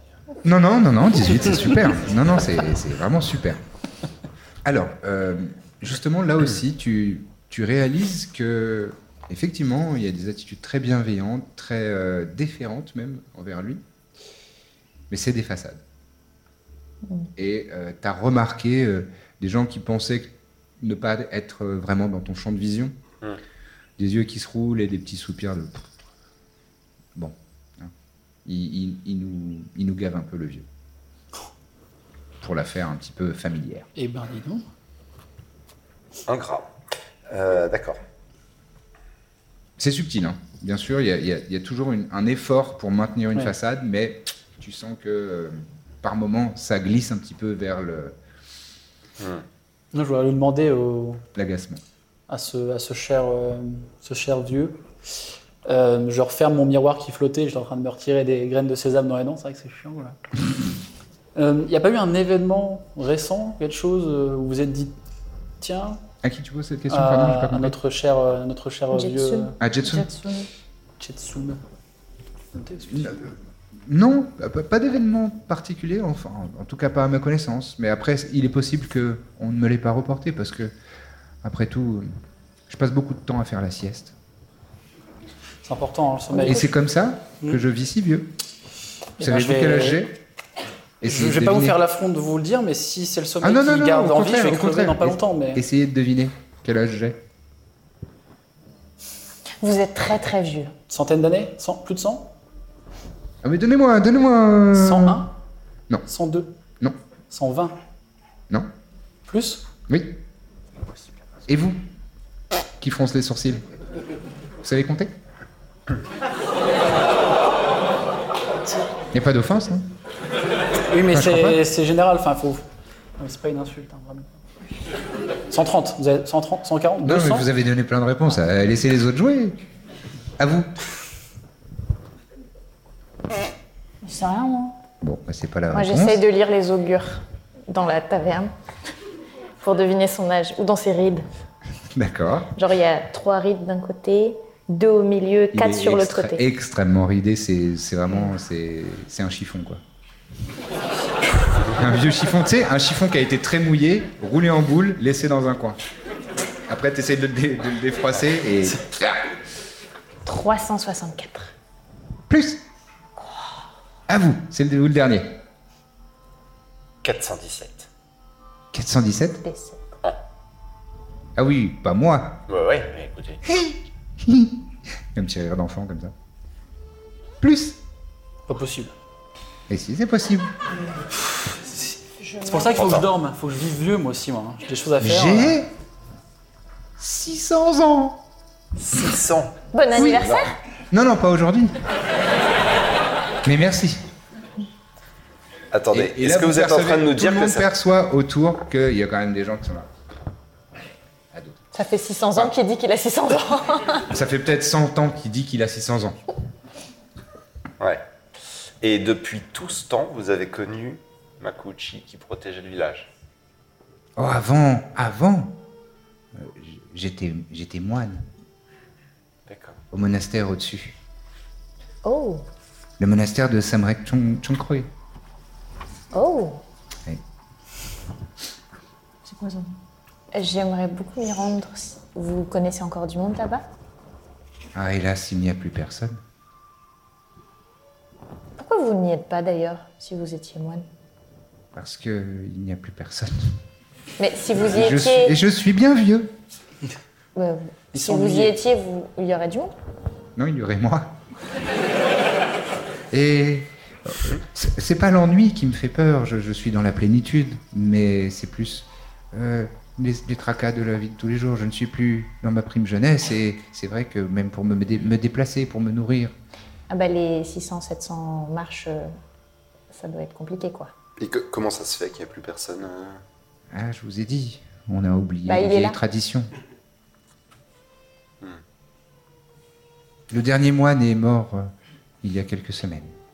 Non, non, non, non, 18, c'est super. Non, non, c'est c'est vraiment super. Alors, euh, justement, là aussi, tu, tu réalises que, effectivement, il y a des attitudes très bienveillantes, très euh, déférentes même envers lui. Mais c'est des façades. Et tu as remarqué euh, des gens qui pensaient que- ne pas être euh, vraiment dans ton champ de vision. Mm. Des yeux qui se roulent et des petits soupirs de. Bon. hein. Il, il- il nous, il nous gave un peu le vieux. Pour la faire un petit peu familière. eh ben dis donc. Ingrat. Euh, D'accord. C'est subtil, hein. bien sûr, il y a, il y a- il y a toujours une- un effort pour maintenir une Ouais. façade, mais tu sens que euh, par moment, ça glisse un petit peu vers le- Non, je voulais lui demander au- l'agacement. à, ce, à ce, cher, euh, ce cher vieux. Euh, je referme mon miroir qui flottait, j'étais en train de me retirer des graines de sésame dans les dents, c'est vrai que c'est [LAUGHS] chiant. voilà. Euh, Il n'y a pas eu un événement récent, quelque chose euh, où vous vous êtes dit, tiens, À qui tu poses cette à, question Pardon, j'ai pas à compris. Euh, notre cher, euh, notre cher Jetsun. vieux euh, À Jetson Jackson. Jetsum. Non, pas- pas d'événement particulier, enfin, en tout cas pas à ma connaissance. Mais après, il est possible que on ne me l'ait pas reporté parce que, après tout, je passe beaucoup de temps à faire la sieste. C'est important, hein, le sommeil. Et c'est comme ça Mm. que je vis si vieux. Eh Vous ben, savez je vais- quel âge j'ai Je Essayez ne de vais pas vous deviner. faire l'affront de vous le dire, mais si c'est le sommeil Ah non, qui non, non, garde au en vie, je contraire, vais au crever dans pas contraire. longtemps. Mais... Essayez de deviner Quel âge j'ai Vous êtes très très vieux. Centaine d'années 100 Plus de 100 Ah mais donnez-moi, un- donnez-moi un... 101 Hmm. Non. 102 Non. 120 Non Plus Oui Et vous Qui fronce les sourcils Vous savez compter Il n'y a pas d'offense, hein Oui, mais Ah, je crois c'est pas. c'est général. Enfin, faut. Non, mais c'est pas une insulte, hein, vraiment. 130, vous avez 130, 140, Non, 200 mais vous avez donné plein de réponses. Euh, laissez les autres jouer. À vous. Je sais rien, moi. Bon, bah, c'est pas la Moi, réponse. j'essaye de lire les augures dans la taverne pour deviner son âge ou dans ses rides. D'accord. Genre, il y a trois rides d'un côté, deux au milieu, Il quatre est sur l'autre extra- côté. Extrêmement ridé, c'est c'est vraiment c'est c'est un chiffon quoi. un vieux chiffon, tu sais, un chiffon qui a été très mouillé, roulé en boule, laissé dans un coin. Après, t'essayes de, le dé- de le défroisser et [LAUGHS] 364. plus. À vous, c'est le, vous le dernier. 417. 417. décès. Ah oui, pas moi. [LAUGHS] Ouais, ouais, mais écoutez. Un petit rire d'enfant comme ça. Plus. Pas possible. Et si c'est possible. C'est pour ça qu'il faut que je dorme, faut que je vive vieux moi aussi, moi. hein. J'ai des choses à faire. euh. hein. J'ai 600 ans. 600. Bon anniversaire Non, non, pas aujourd'hui. Mais merci. Attendez, Et- et est-ce là, que vous êtes en percevez- train de nous tout dire le que monde ça... perçoit autour qu'il y a quand même des gens qui sont là. Ça fait 600 ans qu'il dit qu'il a 600 ans. Ça fait peut-être 100 ans qu'il dit qu'il a 600 ans. Ouais. Et depuis tout ce temps, vous avez connu Makuchi qui protégeait le village. Oh, avant, avant, euh, j- j'étais, j'étais moine D'accord. au monastère au-dessus. Oh, Le monastère de Samrek Chong- Chongkroe. oh. Oui. C'est quoi ça J'aimerais beaucoup m'y rendre. si- Vous connaissez encore du monde là-bas Ah, hélas, il n'y a plus personne. Pourquoi vous n'y êtes pas d'ailleurs, si vous étiez moine Parce que euh, il n'y a plus personne. Mais si vous y Et je, suis, étiez. et je suis bien vieux. Ouais, Ils si sont vous y liés. étiez, vous- il y aurait du monde Non, il y aurait moi. Et euh, c'est c'est pas l'ennui qui me fait peur, je, je suis dans la plénitude, mais c'est plus euh, les, les tracas de la vie de tous les jours. Je ne suis plus dans ma prime jeunesse et c'est vrai que même pour me, dé- me déplacer, pour me nourrir, Ah bah les 600, 700 marches, euh, ça doit être compliqué quoi. Et que- comment ça se fait qu'il n'y a plus personne euh, ah, je vous ai dit, on a oublié Bah, il les est vieilles là. traditions. Le dernier moine est mort euh, il y a quelques semaines.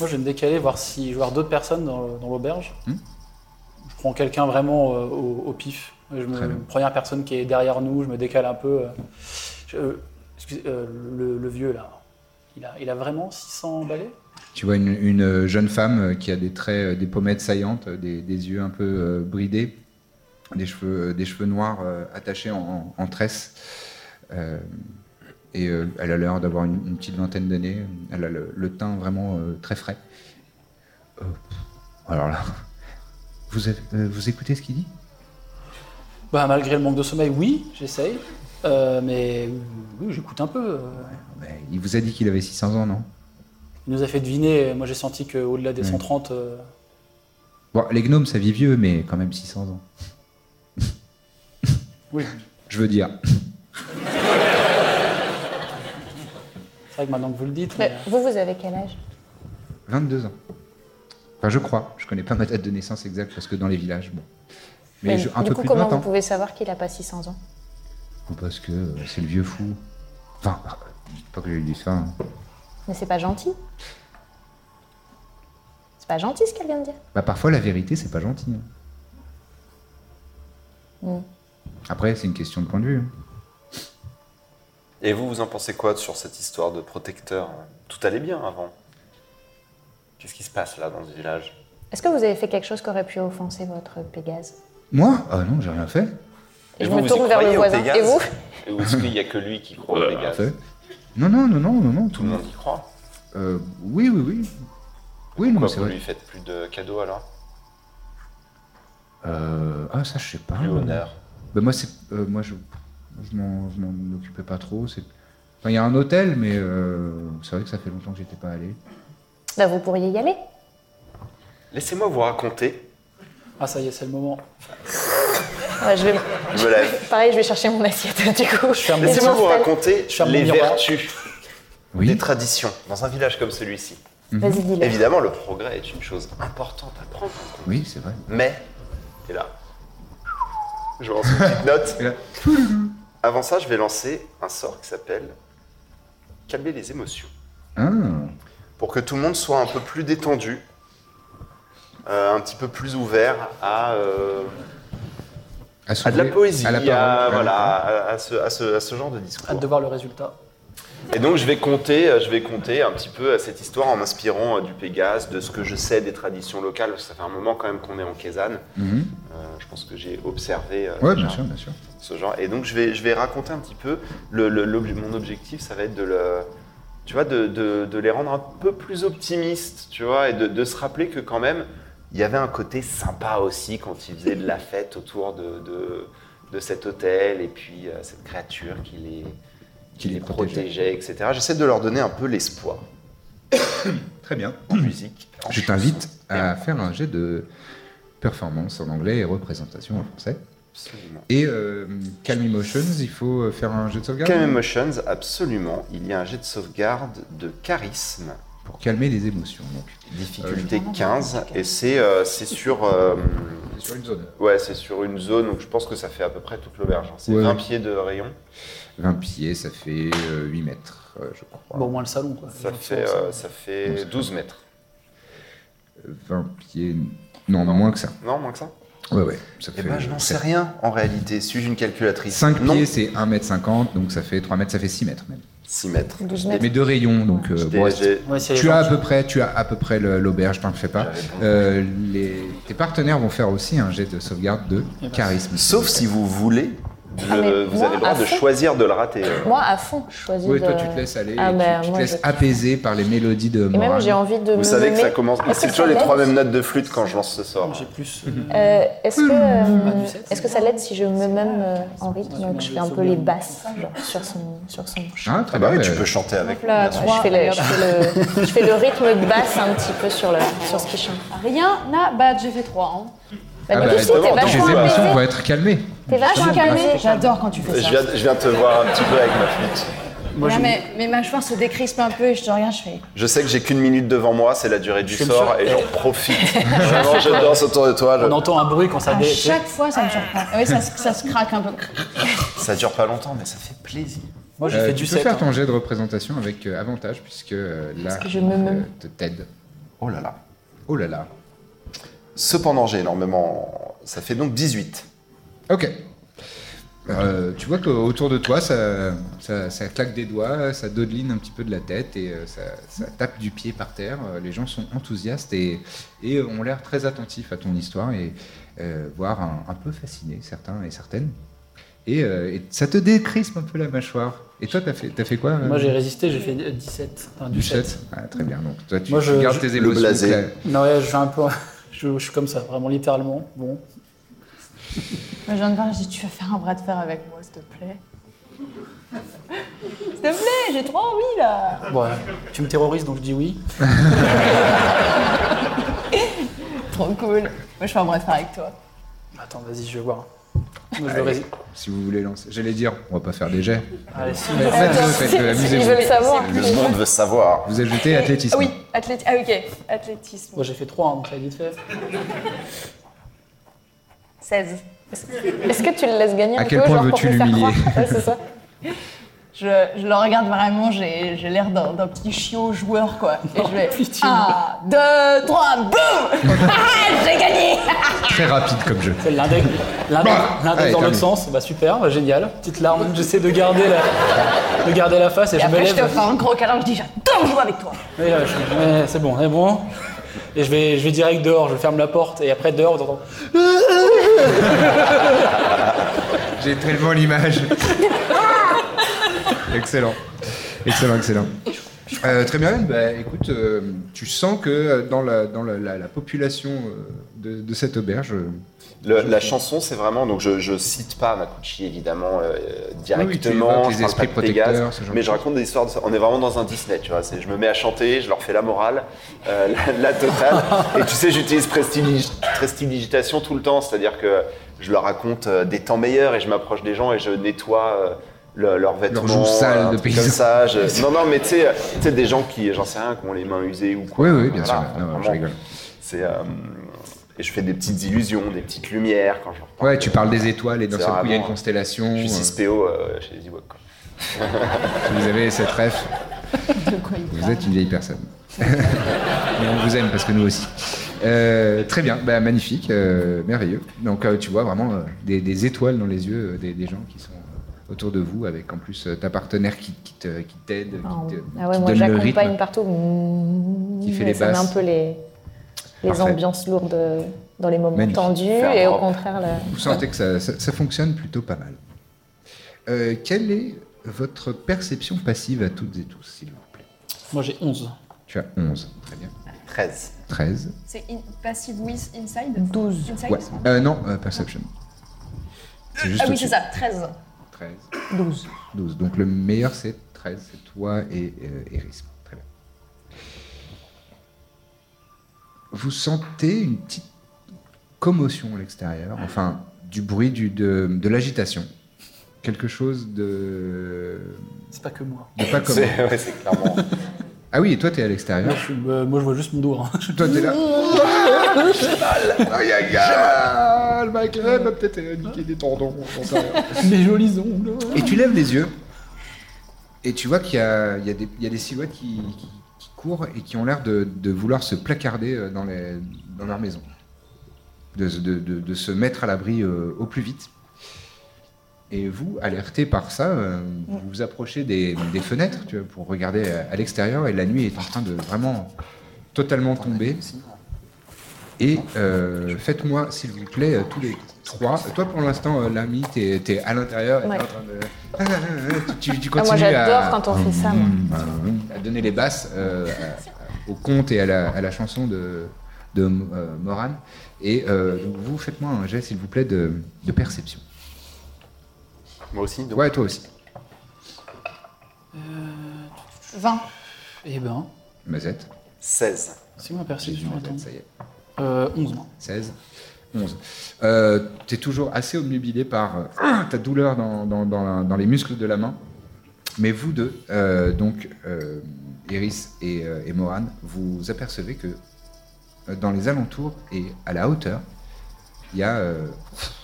Moi je vais me décaler, voir si je vais voir d'autres personnes dans, le- dans l'auberge. Hmm. Je prends quelqu'un vraiment euh, au, au pif. Je Très bien. me, première personne qui est derrière nous, je me décale un peu. euh. Je- euh, excusez, euh, le, le vieux là, il a, il a vraiment 600 balais Tu vois une, une, euh, jeune femme euh, qui a des traits, euh, des pommettes saillantes, euh, des, des yeux un peu euh, bridés, des cheveux, euh, des cheveux noirs euh, attachés en, en tresse. Euh, et euh, elle a l'air d'avoir une, une petite vingtaine d'années. Elle a le, le teint vraiment euh, très frais. Euh, alors là, vous, avez- euh, vous écoutez ce qu'il dit Bah, malgré le manque de sommeil, oui, j'essaye. Euh, mais oui, j'écoute un peu. euh. Ouais, Il vous a dit qu'il avait 600 ans, non Il nous a fait deviner. Moi, j'ai senti qu'au-delà des 130, euh, Bon, les gnomes, ça vit vieux, mais quand même 600 ans. oui. Je veux dire. C'est vrai que maintenant que vous le dites, Mais mais, euh, vous, vous avez quel âge 22 ans. Enfin, je crois. Je connais pas ma date de naissance exacte parce que dans les villages, bon. Mais, je- un du peu coup, plus de comment 20 vous ans. pouvez savoir qu'il a pas 600 ans Parce que euh, c'est le vieux fou. Enfin, c'est pas que je lui dis ça. hein. Mais c'est pas gentil. C'est pas gentil ce qu'elle vient de dire. Bah, parfois, la vérité, c'est pas gentil. hein. Mm. Après, c'est une question de point de vue. hein. Et vous, vous en pensez quoi sur cette histoire de protecteur Tout allait bien avant. Qu'est-ce qui se passe là dans ce village Est-ce que vous avez fait quelque chose qui aurait pu offenser votre Pégase Moi Ah non, j'ai rien fait. Et je me tourne vers le voisin. Et vous Ou est-ce qu'il n'y a que lui qui croit au Pégase Non, non, non, non, non, non, tout Tout le le monde. monde y croit. Euh, oui, oui, oui. Oui, non, Pourquoi c'est vous vrai. lui faites plus de cadeaux alors Euh, ah, ça, je sais pas. Plus honneur. Bah, moi, c'est, euh, moi, je, je m'en, je m'en occupais pas trop. C'est, enfin, il y a un hôtel, mais euh, c'est vrai que ça fait longtemps que j'étais pas allé. Bah, vous pourriez y aller. Laissez-moi vous raconter. Ah, ça y est, c'est le moment. Ouais, je vais... Je me lève. [LAUGHS] Pareil, je vais chercher mon assiette [LAUGHS] du coup. ferme Et je Laissez-moi vous m'installe. raconter Je ferme les mon miroir. vertus Oui. des traditions dans un village comme celui-ci. Vas-y, dis-le. Évidemment, le progrès est une chose importante à prendre en compte. Oui, c'est vrai. Mais, et là, je lance une petite note. [LAUGHS] Et là, Avant ça, je vais lancer un sort qui s'appelle Calmer les émotions. Ah, Pour que tout le monde soit un peu plus détendu, euh, un petit peu plus ouvert à, euh, à Ah, de la s'ouvrir, poésie, à, la parole, Ah, à la voilà, parole. à, à ce, à ce- à ce genre de discours. Hâte de voir le résultat. Et donc je vais compter, euh, je vais compter un petit peu euh, cette histoire en m'inspirant euh, du Pégase, de ce que je sais des traditions locales. parce que Ça fait un moment quand même qu'on est en Kézanne. Mhm. Euh, je pense que j'ai observé euh, Ouais, déjà bien sûr, bien sûr. ce genre. Et donc je vais, je vais raconter un petit peu. Le, le- l'obje- mon objectif, ça va être de le, tu vois, de, de- de les rendre un peu plus optimistes, tu vois, et de, de se rappeler que quand même, il y avait un côté sympa aussi quand ils faisaient de la fête autour de, de, de cet hôtel et puis euh, cette créature qui les, qui les protégeait, etc. J'essaie de leur donner un peu l'espoir Très bien. en musique. en Je chanson. t'invite à faire un jet de performance en anglais et représentation en français. Absolument. Et euh, Calm Emotions, il faut euh, faire un jet de sauvegarde Calm Emotions, absolument. Il y a un jet de sauvegarde de charisme. pour calmer les émotions. Donc, Difficulté 15 et c'est euh, c'est sur euh, sur une zone. ouais c'est sur une zone donc je pense que ça fait à peu près toute l'auberge. hein. C'est Ouais. 20 pieds de rayon. 20 pieds, ça fait euh, 8 mètres, euh, je crois. Bon, au moins le salon, quoi. Ça fait euh, ça fait 12 mètres. 20 pieds. Non, non, moins que ça. Non moins que ça. Ouais, ouais. Ça fait Eh ben je n'en sais rien en réalité. Suis-je une calculatrice 5 Non. pieds, c'est 1m50, donc ça fait 3 mètres, ça fait 6 mètres même. 6 mètres. 12 mètres. Mais de rayon, donc euh, J'étais- bon, j'ai- Ouais, c'est les tu as à gens. peu près, tu as à peu près le- l'auberge, t'en fais pas. Euh, les, tes partenaires vont faire aussi un jet de sauvegarde de Eh ben, charisme. Sauf si vous voulez, Ah, je- mais vous moi, avez le droit à de fond. choisir de le rater. euh. Moi, à fond, je choisis. Oui, toi de- tu te laisses aller, Ah, tu, bah, tu te moi, laisses hein. je- apaiser par les mélodies de Et même, Moran. j'ai envie de. Vous me savez que nommer- ça commence. Est-ce C'est que toujours ça les trois l'aide mêmes notes de flûte quand je lance ce sort. J'ai plus. euh, Euh, Est-ce que, euh, Bah, du sept, est-ce que c'est ça bon. l'aide si je me même euh, en rythme Ouais, Donc, c'est je bon, fais un c'est peu bien. les basses genre, sur son, sur son chant. Ah, Ah très bah bien. oui, tu euh, peux chanter avec. Là, bien sûr. Bah, trois, Je fais, le, allez, je, fais le, je fais le rythme de basse un petit peu sur, le, sur ce qu'il chante. hop. Rien à battre, j'ai fait hein. 3. Bah, ah du bah, coup, si, t'es donc, tes vachement émotions apaisé. vont être calmées. T'es vachement calmé. J'adore quand tu fais Je ça. viens, je viens te voir un petit peu avec ma flûte. Moi, Là, j'ai- mais, mes mâchoires se décrispent un peu et je te regarde, je fais. Je sais que j'ai qu'une minute devant moi, c'est la durée du Je suis sort sûr. et j'en profite. [LAUGHS] Vraiment, je danse autour de Euh, toi. je- On entend un bruit quand ça À dé- chaque fois, ça me surprend. Ah Oui, ça, se- ça se craque un peu. Ça dure pas longtemps, mais ça fait plaisir. Moi, j'ai Euh, fait tu du peux 7. faire ton jet de représentation avec euh, avantage, puisque euh, là, que je me meule. te t'aide. Oh là là. Oh là là. Cependant, j'ai énormément. Ça fait donc 18. Ok. Euh, tu vois qu'autour de toi, ça, ça, ça claque des doigts, ça dodeline un petit peu de la tête et euh, ça, ça tape du pied par terre. Euh, Les gens sont enthousiastes et, et euh, ont l'air très attentifs à ton histoire et euh, voire un, un peu fascinés, certains et certaines. Et, euh, et ça te décrispe un peu la mâchoire. Et toi, t'as fait, t'as fait quoi euh, Moi, j'ai résisté, j'ai fait 17. Enfin, du du 7. set Ah, Très bien. Donc toi, tu, Moi, je- tu gardes je- tes Le émotions. blasé. claires. Non, ouais, je suis un peu. [LAUGHS] Je, je suis comme ça, vraiment littéralement. Bon. Moi, je viens de voir, je dis Tu vas faire un bras de fer avec moi, s'il te plaît. s'il te plaît, j'ai trop envie là. Bon, euh, tu me terrorises, donc je dis oui. Trop cool. Moi, je fais un bras de fer avec toi. Attends, vas-y, je vais voir. Moi, je vais résister. Si vous voulez lancer, j'allais dire, on va pas faire des jets. Allez, si. Mais faites-le, faites-le, Ils amusez-vous. veulent savoir. Le monde veut savoir. Vous Euh, ajoutez athlétisme. Oui, athlétisme. Ah, ok, athlétisme. Moi, j'ai fait 3, donc ça vite fait. 16. Est-ce que tu le laisses gagner À un quel peu point genre, pour veux-tu lui faire l'humilier [LAUGHS] croire Ouais, c'est ça. Je Je, je le regarde vraiment, j'ai j'ai l'air d'un d'un petit chiot joueur, quoi. Et je vais. Un, deux, Euh, trois, boum Ah, J'ai gagné Très rapide comme jeu. C'est l'index l'index- l'index allez, dans l'autre terminé. sens. Bah super, bah, génial. Petite larme. J'essaie de garder la, de garder la face et, Et je me après, je lève. te fais un gros Ah, câlin, je dis j'adore jouer avec toi Et là, je suis- ouais, c'est bon, c'est bon. Et je vais, je vais direct dehors. Je ferme la porte et après dehors, t'entends. J'ai tellement l'image. excellent. Excellent, excellent. Euh, très bien, bah, écoute, euh, tu sens que euh, dans la, dans la, la- la population euh, de, de cette auberge, euh, Le- la chanson, c'est vraiment. Donc, je, je cite pas Makuchi, évidemment, euh, directement. évoques les je parle pas esprits de Pégase, protecteurs, ce genre Mais de je raconte des histoires. de ça. On est vraiment dans un Disney, tu vois. c'est- Je me mets à chanter, je leur fais la morale, euh, [LAUGHS] la, la totale. et tu sais, j'utilise prestigi- prestidigitation tout le temps. C'est-à-dire que je leur raconte euh, des temps meilleurs et je m'approche des gens et je nettoie. euh, le- leurs vêtements, joues sales un de truc paysans. comme ça. [LAUGHS] je- Non, non, mais tu sais, euh, tu sais, des gens qui, j'en sais rien, qui ont les mains usées ou quoi. Oui, oui, bien Voilà, sûr. Non, je vraiment. rigole. C'est euh, et je fais des petites illusions, des petites lumières quand je leur parle. Ouais, tu parles des étoiles et d'un C'est seul coup, il y a vraiment- hein. une constellation. Je suis euh, 6 PO euh, chez les Ewoks. quoi. Vous avez cette ref. De quoi il Vous parle êtes une vieille personne. [LAUGHS] Mais on vous aime parce que nous aussi. Euh, très bien, bah, magnifique, euh, merveilleux. Donc euh, tu vois vraiment euh, des, des étoiles dans les yeux euh, des, des gens qui sont euh, autour de vous, avec en plus euh, ta partenaire qui, qui te- qui t'aide, qui, Ah, te- ah ouais, qui moi donne le j'accompagne rythme. partout. Mmh, Qui fait et les ça met un basses. peu les, les Parfait. ambiances lourdes euh, dans les moments Magnifique. tendus Faire et au drop. contraire le- Ah, Vous sentez que ça, ça- ça fonctionne plutôt pas mal. Euh, quelle est votre perception passive à toutes et tous, s'il vous plaît Moi j'ai 11. Tu as 11, très bien. 13. 13. C'est in- Passive with Inside 12. Inside Ouais. Euh, non, euh, Perception. C'est juste Ah oui, au-dessus. c'est ça, 13. 13. 12. 12. Donc le meilleur, c'est 13. C'est toi et euh, Eris. Très bien. Vous sentez une petite commotion à l'extérieur, enfin, du bruit, du, de, de l'agitation. Quelque chose de, C'est pas que moi. de pas commun. C'est [LAUGHS] ouais, c'est clairement. Ah oui, et toi, t'es à Moi l'extérieur. je, suis- euh, moi, je vois juste mon dos. hein. [LAUGHS] Toi, t'es [LAUGHS] là. Oh, Aïe, aïe, aïe, le mec, elle m'a peut-être euh, niqué des tendons. j'en sais rien. Mes jolis ongles. Et tu lèves les yeux et tu vois qu'il y a, il y a des, il y a des silhouettes qui, qui- qui courent et qui ont l'air de, de vouloir se placarder euh, dans, les- dans leur maison. De, se- de- de- de se mettre à l'abri euh, au plus vite. Et vous, alerté par ça, euh, vous vous approchez des, des fenêtres tu vois, pour regarder à, à l'extérieur et la nuit est en train de vraiment totalement tomber. Et euh, faites-moi, s'il vous plaît, euh, tous les trois. Toi, pour l'instant, euh, l'ami, t'es t'es à l'intérieur. et t'es Ouais. en train de- Ah, ah, ah, ah, Tu, tu Ah, continues moi j'adore à, Bah, quand on fait ça. moi. à donner les basses euh, à- au conte et à la, à la chanson de, de euh, Moran. Et euh, donc, vous, faites-moi un jet, s'il vous plaît, de, de perception. Moi aussi, donc. Ouais, toi aussi. 20. Eh ben, Mazette. 16. c'est ma Jésus, perception. attends. Mazette, ça y est. Euh, 11. 16, 11. Euh, tu es toujours assez obnubilé par euh, ta douleur dans, dans- dans la- dans les muscles de la main. Mais vous deux, euh, donc euh, Iris et, euh, et Moran, vous apercevez que euh, dans les alentours et à la hauteur, il y a euh,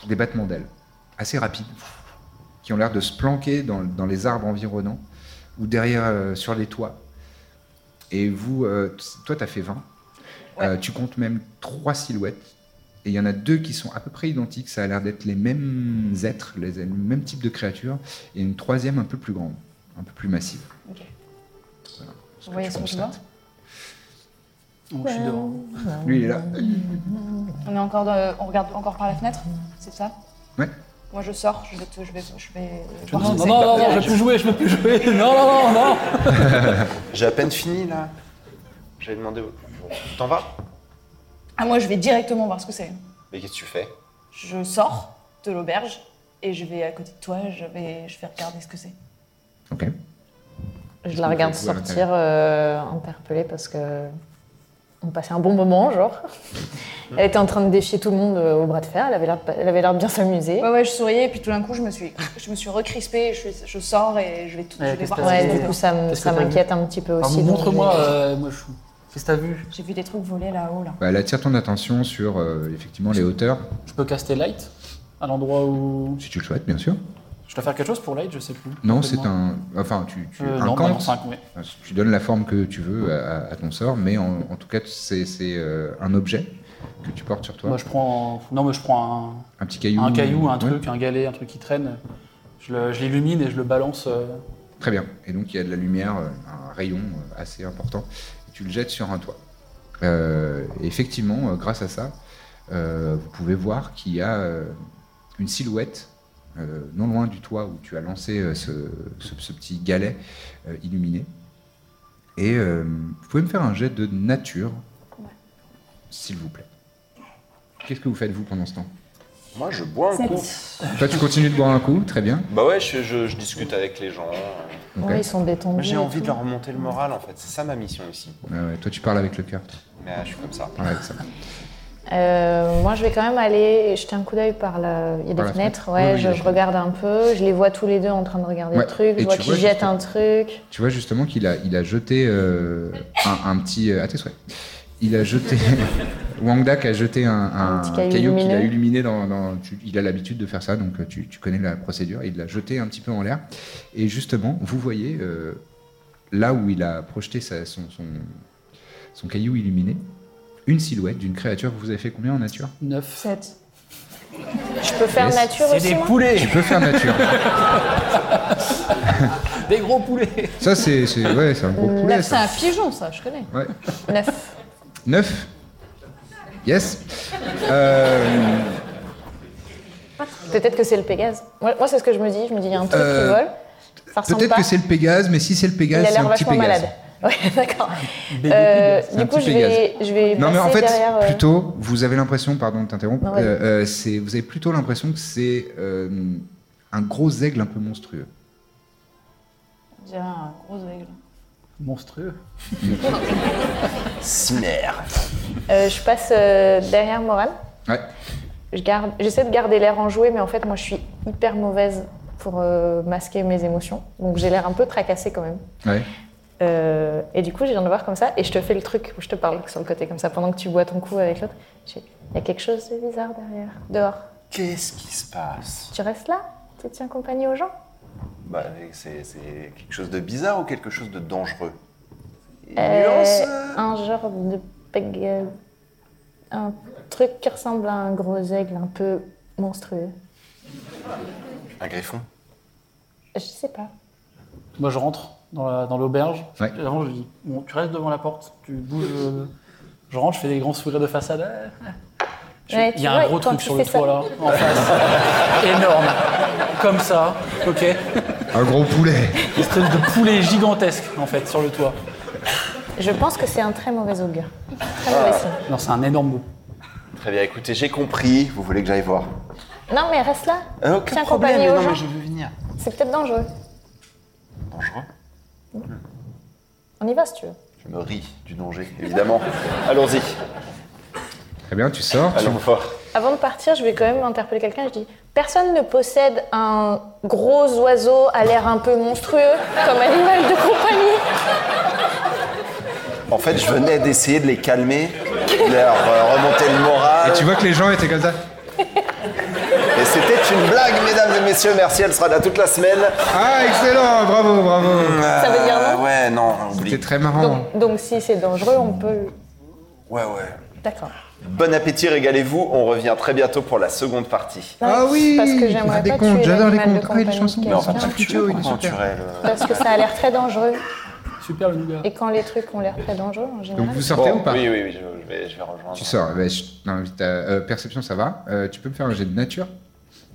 des battements d'ailes assez rapides qui ont l'air de se planquer dans, dans les arbres environnants ou derrière euh, sur les toits. Et vous, euh, t- toi, t'as fait 20. Euh, tu comptes même trois silhouettes. Et il y en a deux qui sont à peu près identiques. Ça a l'air d'être les mêmes êtres, les, les mêmes types de créatures. Et une troisième un peu plus grande, un peu plus massive. Ok. Voilà, ce Vous que voyez tu ce que je constates. Donc je suis dehors. Lui, il est là. On, est encore dans- on regarde encore par la fenêtre, c'est ça Ouais. Moi je sors, je vais. te- je vais, je vais Non, voir non, ce que non, c'est. non, non, je veux plus jouer, je veux plus jouer. [LAUGHS] Non, non, non, non. J'ai à peine fini là. J'avais demandé. au- T'en vas Ah, moi je vais directement voir ce que c'est. Mais qu'est-ce que tu fais Je sors de l'auberge et je vais à côté de toi, je vais, je vais regarder ce que c'est. Ok. Je la regarde Vous pouvez vous sortir euh, interpellée parce que on passait un bon moment, [LAUGHS] genre. Elle était en train de défier tout le monde euh, au bras de fer. Elle avait l'air, de- elle avait l'air de bien s'amuser. Ouais, ouais, je souriais et puis tout d'un coup je me suis, je me suis recrispée, je, suis- je sors et je vais, tout, Ouais, je vais qu'est-ce voir que ce que t'as Ouais, dit c'est. du coup, ça, me- Qu'est-ce que ça t'as vu m'inquiète un petit peu Alors, aussi. donc Ah, Montre-moi, je- euh, moi je suis. Qu'est-ce que t'as vu J'ai vu des trucs voler là-haut là. Bah, elle attire ton attention sur euh, effectivement les hauteurs, Je peux caster light à l'endroit où. si tu le souhaites, bien sûr. Je dois faire quelque chose pour l'aide, je sais plus. Non, c'est un. Enfin, tu, tu Euh, non, bah incantes, non, cinq, ouais. Enfin, tu donnes la forme que tu veux à, à ton sort, mais en, en tout cas, c'est c'est, euh, un objet que tu portes sur toi. Moi, je prends. Non, mais je prends un. Un petit caillou. Un caillou, un ouais. truc, un galet, un truc qui traîne. Je le- je l'illumine et je le balance. euh, Très bien. Et donc, il y a de la lumière, euh, un rayon euh, assez important. Et tu le jettes sur un toit. Euh, et effectivement, euh, grâce à ça, euh, vous pouvez voir qu'il y a euh, une silhouette euh, non loin du toit où tu as lancé euh, ce, ce- ce petit galet euh, illuminé. Et euh, vous pouvez me faire un jet de nature, s'il vous plaît. Qu'est-ce que vous faites, vous, pendant ce temps Moi, je bois un coup. Toi, tu continues de boire un coup, très bien. Bah ouais, je, je- je discute avec les gens. euh, Ok. Ouais, ils sont détendus J'ai et envie tout. de leur remonter le moral, en fait. C'est ça ma mission ici. Ouais, ouais, toi, tu parles avec le cœur. toi. Mais euh, je suis comme ça. Parle avec ça. Euh, moi, je vais quand même aller jeter un coup d'œil par la. Il y a des Par la fenêtres, fenêtre. ouais, Oui, oui, je, la je fenêtre. regarde un peu. Je les vois tous les deux en train de regarder Ouais, le truc. et Je vois tu qu'ils vois jettent un truc. Tu vois justement qu'il a, il a jeté euh, un, un petit. euh, à tes souhaits. Il a jeté. [LAUGHS] Wang Dak a jeté un, un petit caillou, caillou qu'il a lumineux. illuminé dans. dans- tu- il a l'habitude de faire ça, donc euh, tu, tu connais la procédure. Il l'a jeté un petit peu en l'air. Et justement, vous voyez, euh, là où il a projeté sa- son, son, son caillou illuminé, une silhouette d'une créature. Vous avez fait combien en nature Neuf. [LAUGHS] Sept. Je peux faire Yes. nature aussi. moi Tu peux faire nature. Des gros poulets Ça, c'est. c'est- Ouais, c'est un gros poulet. Neuf, c'est Ça. un pigeon, ça, je connais. Ouais. Neuf. 9 Yes Euh, Peut-être que c'est le Pégase. Moi, moi, c'est ce que je me dis. Je me dis, il y a un truc Euh, qui vole. Ça ressemble Peut-être pas. que c'est le Pégase, mais si c'est le Il Pégase, a c'est l'air un petit vachement Pégase. malade. [LAUGHS] Ouais, d'accord. Des Euh, C'est un du coup, petit je vais, je vais Non, mais en passer fait, derrière. euh, plutôt, vous avez l'impression, pardon de t'interrompre, Non, vas-y. euh, euh, c'est- vous avez plutôt l'impression que c'est euh, un gros aigle un peu monstrueux. On dirait un gros aigle. Monstrueux. Cimère. euh, je passe euh, derrière Moral. Ouais. Je garde- J'essaie de garder l'air enjoué, mais en fait, moi, je suis hyper mauvaise pour euh, masquer mes émotions. Donc, j'ai l'air un peu tracassée quand même. ouais. Euh, et du coup, je viens de voir comme ça, et je te fais le truc où je te parle sur le côté comme ça, pendant que tu bois ton coup avec l'autre. Je fais, Il y a quelque chose de bizarre derrière, dehors. Qu'est-ce qui se passe Tu restes là Tu tiens compagnie aux gens Bah, c'est c'est quelque chose de bizarre ou quelque chose de dangereux Une Euh, Nuance euh, Un genre de peg- euh, Un truc qui ressemble à un gros aigle un peu monstrueux. Un griffon. Je sais pas. Moi, je rentre dans la- dans l'auberge. Ouais. Et Avant, je dis bon, tu restes devant la porte, tu bouges. euh, Je rentre, je fais des grands sourires de façade. Ah. Je- Ouais, Il tu y a vois, un gros quand truc tu sur le fais ça- toit là, en face. [LAUGHS] Énorme. Comme ça, ok. Un gros poulet. Une espèce de poulet gigantesque en fait sur le toit. Je pense que c'est un très mauvais augure. Très mauvais signe. Non, c'est un énorme bout. Très bien, écoutez, j'ai compris. Vous voulez que j'aille voir Non, mais reste là. Ah, Aucun Tiens problème, compagnie mais aux non, gens. mais je veux venir. C'est peut-être dangereux. Dangereux On y va si tu veux. Je me ris du danger, [LAUGHS] évidemment. Allons-y, Très bien, tu sors. tu- allons voir. Avant de partir, je vais quand même interpeller quelqu'un. Je dis Personne ne possède un gros oiseau à l'air un peu monstrueux comme animal de compagnie. En fait, je venais d'essayer de les calmer, de leur euh, remonter le moral. Et tu vois que les gens étaient comme ça. Et c'était une blague, mesdames et messieurs. Merci, elle sera là toute la semaine. Ah, excellent Bravo, bravo Ça veut dire non Euh, Ouais, non, oublie. C'était très marrant. Donc, donc si c'est dangereux, on peut. Ouais, ouais. D'accord. Bon appétit, régalez-vous. On revient très bientôt pour la seconde partie. Non, Ah oui Parce que tu j'aimerais feras des pas contes, tuer j'adore les l'animal contes. de Ah, et les compagnie chansons, qui elles a sont quelqu'un. petites. Plutôt, il est Comment super. tu rêves, euh, Parce que ça a l'air très dangereux. Super le nougat. Et quand les trucs ont l'air très dangereux en général. Donc vous sortez Bon, ou pas Oui, oui, oui, je, je vais, je vais rejoindre. Tu sors. Bah, je t'invite à- euh, perception, ça va. Euh, tu peux me faire un jet de nature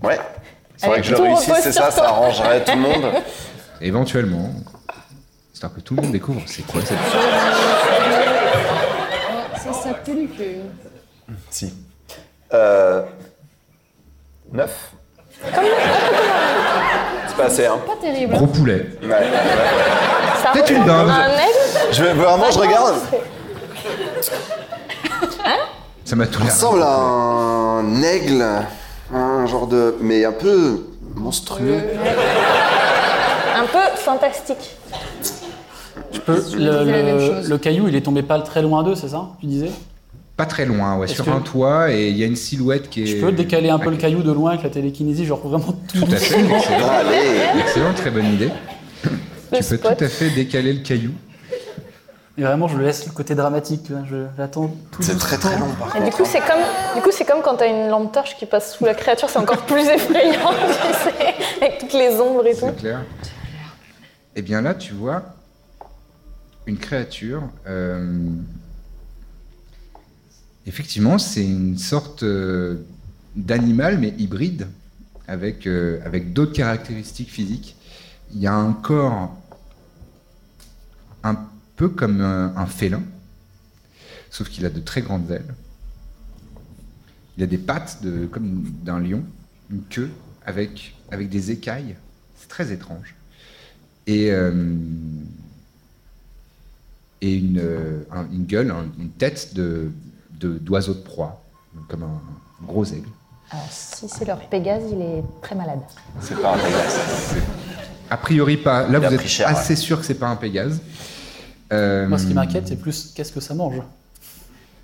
Ouais. C'est Allez, vrai que je tout le réussisse, repose c'est sur ça, toi. ça arrangerait tout [LAUGHS] le monde. Éventuellement. Histoire que tout le monde découvre c'est quoi cette chose. Ça s'appelle que. Si. Euh... 9. C'est pas assez, hein. Pas terrible. Gros poulet. Ça Peut-être une ressemble à dinde. Un aigle Je vais vraiment, je regarde. Ça m'a tout Il l'air. ressemble à un aigle, un genre de. mais un peu monstrueux. Un peu fantastique. Je peux- le, disais la le- même chose. le caillou, il est tombé pas très loin d'eux, c'est ça Tu disais Pas très loin, ouais, Est-ce sur que- un toit, et il y a une silhouette qui est. Ah, Je peux décaler un peu le caillou de loin avec la télékinésie, genre vraiment tout, Tout à [LAUGHS] fait, doucement. excellent. Excellent, très bonne idée. tu peux spot. tout à fait décaler le caillou. Et vraiment, je le laisse le côté dramatique, tu vois, je l'attends tout C'est très très long par Et du coup, c'est comme, du coup, c'est comme quand t'as une lampe torche qui passe sous la créature, c'est encore plus [LAUGHS] effrayant, tu sais, avec toutes les ombres et tout. C'est clair. Et bien là, tu vois une créature. euh, Effectivement, c'est une sorte euh, d'animal, mais hybride, avec, euh, avec d'autres caractéristiques physiques. Il y a un corps un peu comme un, un félin, sauf qu'il a de très grandes ailes. Il a des pattes de, comme d'un lion, une queue avec, avec des écailles. C'est très étrange. Et, euh, et une, euh, un- une gueule, un- une tête de, de- d'oiseau de proie, comme un gros aigle. Alors, si c'est leur Pégase, il est très malade. C'est pas un Pégase. A priori pas. Là, Il a vous pris êtes cher, assez ouais. sûr que c'est pas un Pégase. Euh, Moi, ce qui m'inquiète, c'est plus qu'est-ce que ça mange.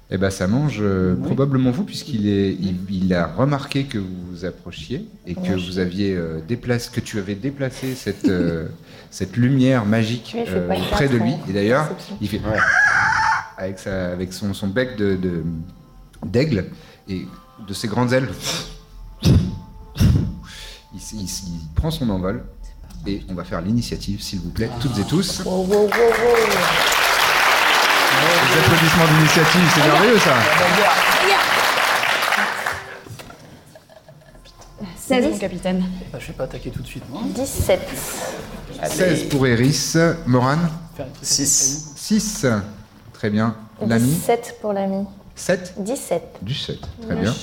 Eh ben, ça mange euh, probablement vous, puisqu'il est, il, il a remarqué que vous vous approchiez et que Oui. vous aviez euh, déplacé, que tu avais déplacé cette [LAUGHS] euh, cette lumière magique Lui, il fait euh, pas le près de gaffe, lui. hein. Et d'ailleurs, Perception. il fait [LAUGHS] avec sa, avec son, son bec de de- d'aigle et de ses grandes [LAUGHS] ailes. Il, s- il s- il prend son envol et on va faire l'initiative, s'il vous plaît, toutes et tous. Les applaudissements d'initiative, c'est merveilleux ça. 16, mon capitaine. Bah, je vais pas attaquer tout de suite, moi. 17. 16 pour Eris. Moran 6. 6. Très bien. L'ami 17 pour l'ami. 7 17. Du 7. Très bien.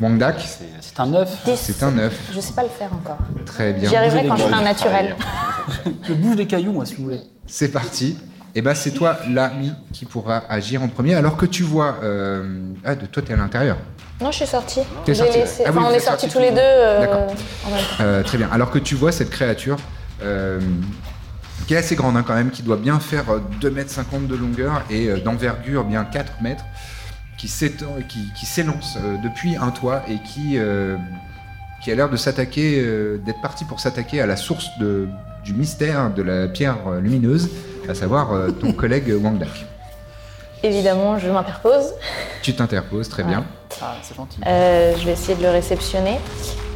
Wangdak C'est un 9. Ah, C'est un 9. Je sais pas le faire encore. Très bien. J'y arriverai quand je serai un naturel. Ah, Je bouge les cailloux, moi, si vous voulez. C'est parti. Et ben c'est toi, l'ami, qui pourra agir en premier, alors que tu vois... euh, Ah, de toi, t'es à l'intérieur. Non, je suis sortie. T'es Je sortie, l'ai ouais. laissé- Ah oui, enfin, vous on est êtes sortis sortis tous les tous les deux. deux. euh, D'accord. en même temps. Euh, très bien. Alors que tu vois cette créature, euh, qui est assez grande hein, quand même, qui doit bien faire 2,50 m de longueur et euh, d'envergure bien 4 mètres, qui s'étend- qui- qui s'élance euh, depuis un toit et qui, euh, qui a l'air de s'attaquer, euh, d'être parti pour s'attaquer à la source de- du mystère de la pierre euh, lumineuse, à savoir euh, [LAUGHS] ton collègue Wang Dak. Évidemment, je m'interpose. Tu t'interposes, très bien. Ah, c'est gentil. Euh, je vais essayer de le réceptionner.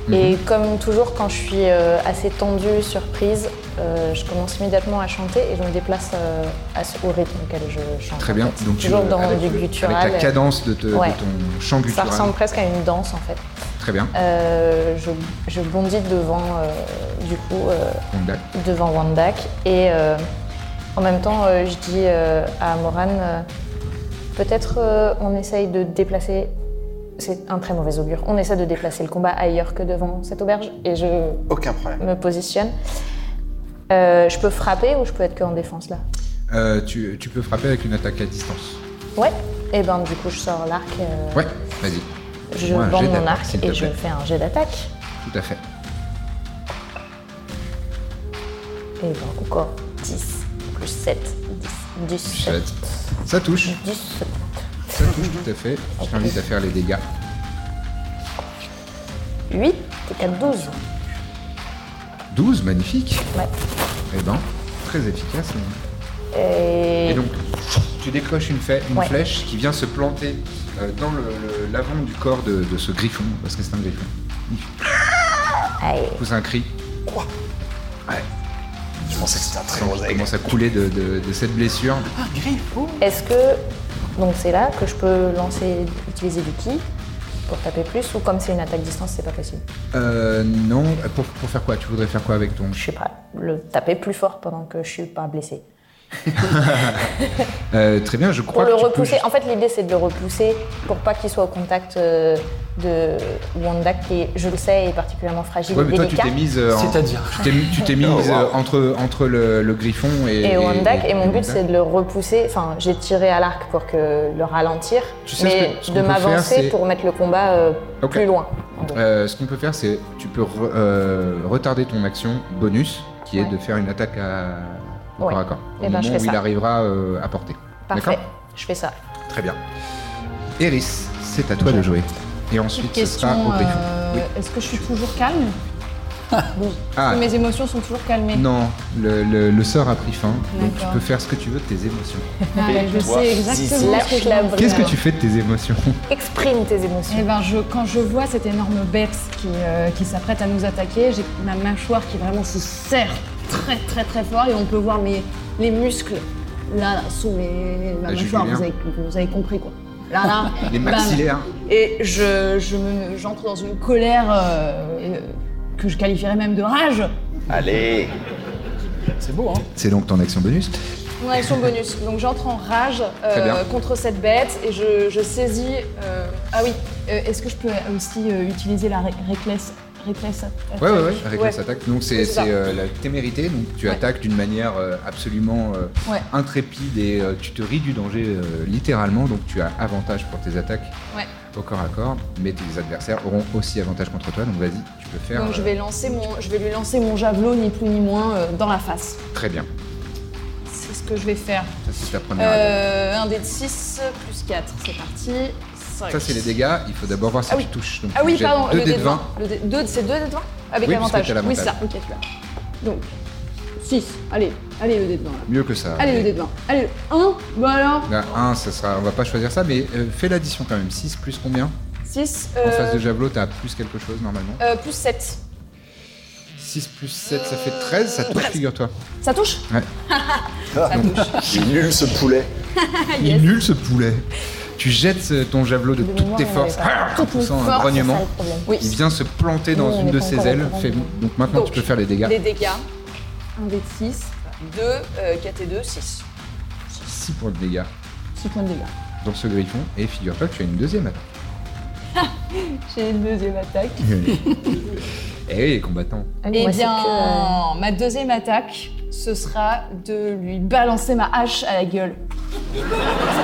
Mhm. Et comme toujours, quand je suis euh, assez tendue, surprise, euh, je commence immédiatement à chanter et je me déplace euh, à ce- au rythme auquel je chante. Très en bien. fait. Donc tu- toujours dans avec du le- guttural. avec la cadence de, te- de Ouais. ton chant Ça guttural. ressemble presque à une danse en fait. Très bien. Euh, je, je bondis devant, euh, du coup, euh, Wang Dak. devant Wandak et euh, en même temps, euh, je dis euh, à Moran, euh, peut-être euh, on essaye de déplacer. C'est un très mauvais augure. On essaie de déplacer le combat ailleurs que devant cette auberge et je Aucun problème. me positionne. Euh, je peux frapper ou je peux être que en défense là Euh, tu, tu peux frapper avec une attaque à distance. Ouais. Et ben du coup je sors l'arc, euh, Ouais, vas-y. je Fais-moi un bande jet mon d'attaque, arc s'il te et je plaît. fais un jet d'attaque. Tout à fait. Et ben encore 10 plus 7, 10, 17. Ça touche. Dix. Ça touche, tout à fait. Je t'invite à faire les dégâts. 8 et 4, 12. 12, magnifique. Ouais. Eh ben, très efficace. hein. Et, Et donc, tu décroches une, fa- une Ouais. flèche qui vient se planter euh, dans le- le- l'avant du corps de, de ce griffon, parce que c'est un griffon. Ah. Aïe. Il pousse un cri. Quoi Ouais. Je pensais que c'était un très gros commence à couler de, de- de cette blessure. Est-ce que. Donc c'est là que je peux lancer, utiliser du ki pour taper plus ou comme c'est une attaque distance, c'est pas possible. Euh, non, pour, pour faire quoi Tu voudrais faire quoi avec ton... Je sais pas, le taper plus fort pendant que je suis pas blessée. Euh, très bien, je Pour crois le que tu peux repousser. En fait, l'idée c'est de le repousser pour pas qu'il soit au contact euh, de Wanda qui, est, je le sais, est particulièrement fragile Ouais, et mais toi, tu délicat. t'es mise. euh, en- C'est-à-dire tu t'es mis- Tu t'es Oh, mise euh, entre, entre le, le griffon et. Et Wandak, et, mon but Wandak. c'est de le repousser, enfin j'ai tiré à l'arc pour que le ralentir, Tu sais ce mais que- ce de qu'on peut faire, m'avancer c'est- pour mettre le combat euh, Ok. plus loin. en gros. Euh, ce qu'on peut faire, c'est. Tu peux re- euh, retarder ton action bonus, qui est Ouais. de faire une attaque à. au Ouais. corps à corps, Au Eh ben, moment je fais où il ça. arrivera euh, à portée. Parfait, D'accord je fais ça. Très bien. Eris, c'est à toi de jouer. Et ensuite, ce sera Question, au Béfou. euh, est-ce que je suis toujours calme Bon, Ah. est-ce que euh, mes émotions sont toujours calmées Non, le, le- le sort a pris fin, donc tu D'accord. peux faire ce que tu veux de tes émotions. Ah, Et mais je toi, sais exactement Zizi. ce que je dois Qu'est-ce que faire. tu fais de tes émotions Exprime tes émotions. Eh ben, je, quand je vois cette énorme bête qui, euh, qui s'apprête à nous attaquer, j'ai ma mâchoire qui vraiment se serre très très très fort et on peut voir mes, les muscles là, là, sous mes, ma Ah, mâchoire, Julien. vous avez, vous avez compris quoi. Là, là, [LAUGHS] Les bam. maxillaires. Et je, je me- j'entre dans une colère euh, euh, que je qualifierais même de rage. Allez C'est beau, hein C'est donc ton action bonus. Mon action bonus. Donc j'entre en rage euh, Très bien. contre cette bête et je, je saisis. euh, Ah oui, euh, est-ce que je peux aussi euh, utiliser la ré- reckless, reckless attack Ouais, ouais, ouais, avec Ouais. les attaques. Donc c'est Oui, c'est ça. c'est, euh, la témérité, donc tu Ouais. attaques d'une manière euh, absolument euh, Ouais. intrépide et euh, tu te ris du danger euh, littéralement, donc tu as avantage pour tes attaques Ouais. au corps à corps, mais tes adversaires auront aussi avantage contre toi, donc vas-y, tu peux faire Donc je euh, vais, lancer mon, je vais lui lancer mon javelot, ni plus ni moins, euh, dans la face. très bien. C'est ce que je vais faire. Ça c'est ta première attaque. Euh, un dé de 6 plus 4, c'est parti. Cinq. Ça c'est les dégâts, il faut d'abord voir si Ah tu oui. touches. Donc, Ah tu oui, jettes pardon, deux le dés dé de 20. Le dé- deux, c'est 2 dés de 20 Avec Oui, parce que t'as avantage. Oui, l'avantage. c'est ça, ok, tu l'as. Donc, 6. Allez, allez le dé de 20. là. Mieux que ça. Allez le dé de 20. Allez, 1. Bon alors, Là, 1, ça sera, on va pas choisir ça, mais euh, fais l'addition quand même. 6 plus combien 6. En face de javelot, t'as plus quelque chose normalement. euh, plus 7. 6 plus 7, ça fait 13, ça touche, figure-toi. Ça touche Ouais. Ça touche. Il est nul ce poulet Ah, Il est nul ce poulet. Tu jettes euh, ton javelot de, De toutes mémoire, tes on forces, avait pas. ah, en Toutes mes poussant un forces, C'est ça grognement. le problème. Oui. Il vient se planter dans Nous, on une est de pas ses encore ailes. au courant. Fais- Donc maintenant Donc, tu peux faire les dégâts. Les dégâts. 1 dé de 6. 2, 4 euh, et 2, 6. 6 points de dégâts 6 points de dégâts. dans ce griffon. Et figure-toi que tu as une deuxième attaque. J'ai une deuxième attaque. Eh les combattants. Eh Moi, c'est bien, que- ma deuxième attaque, ce sera de lui balancer ma hache à la gueule.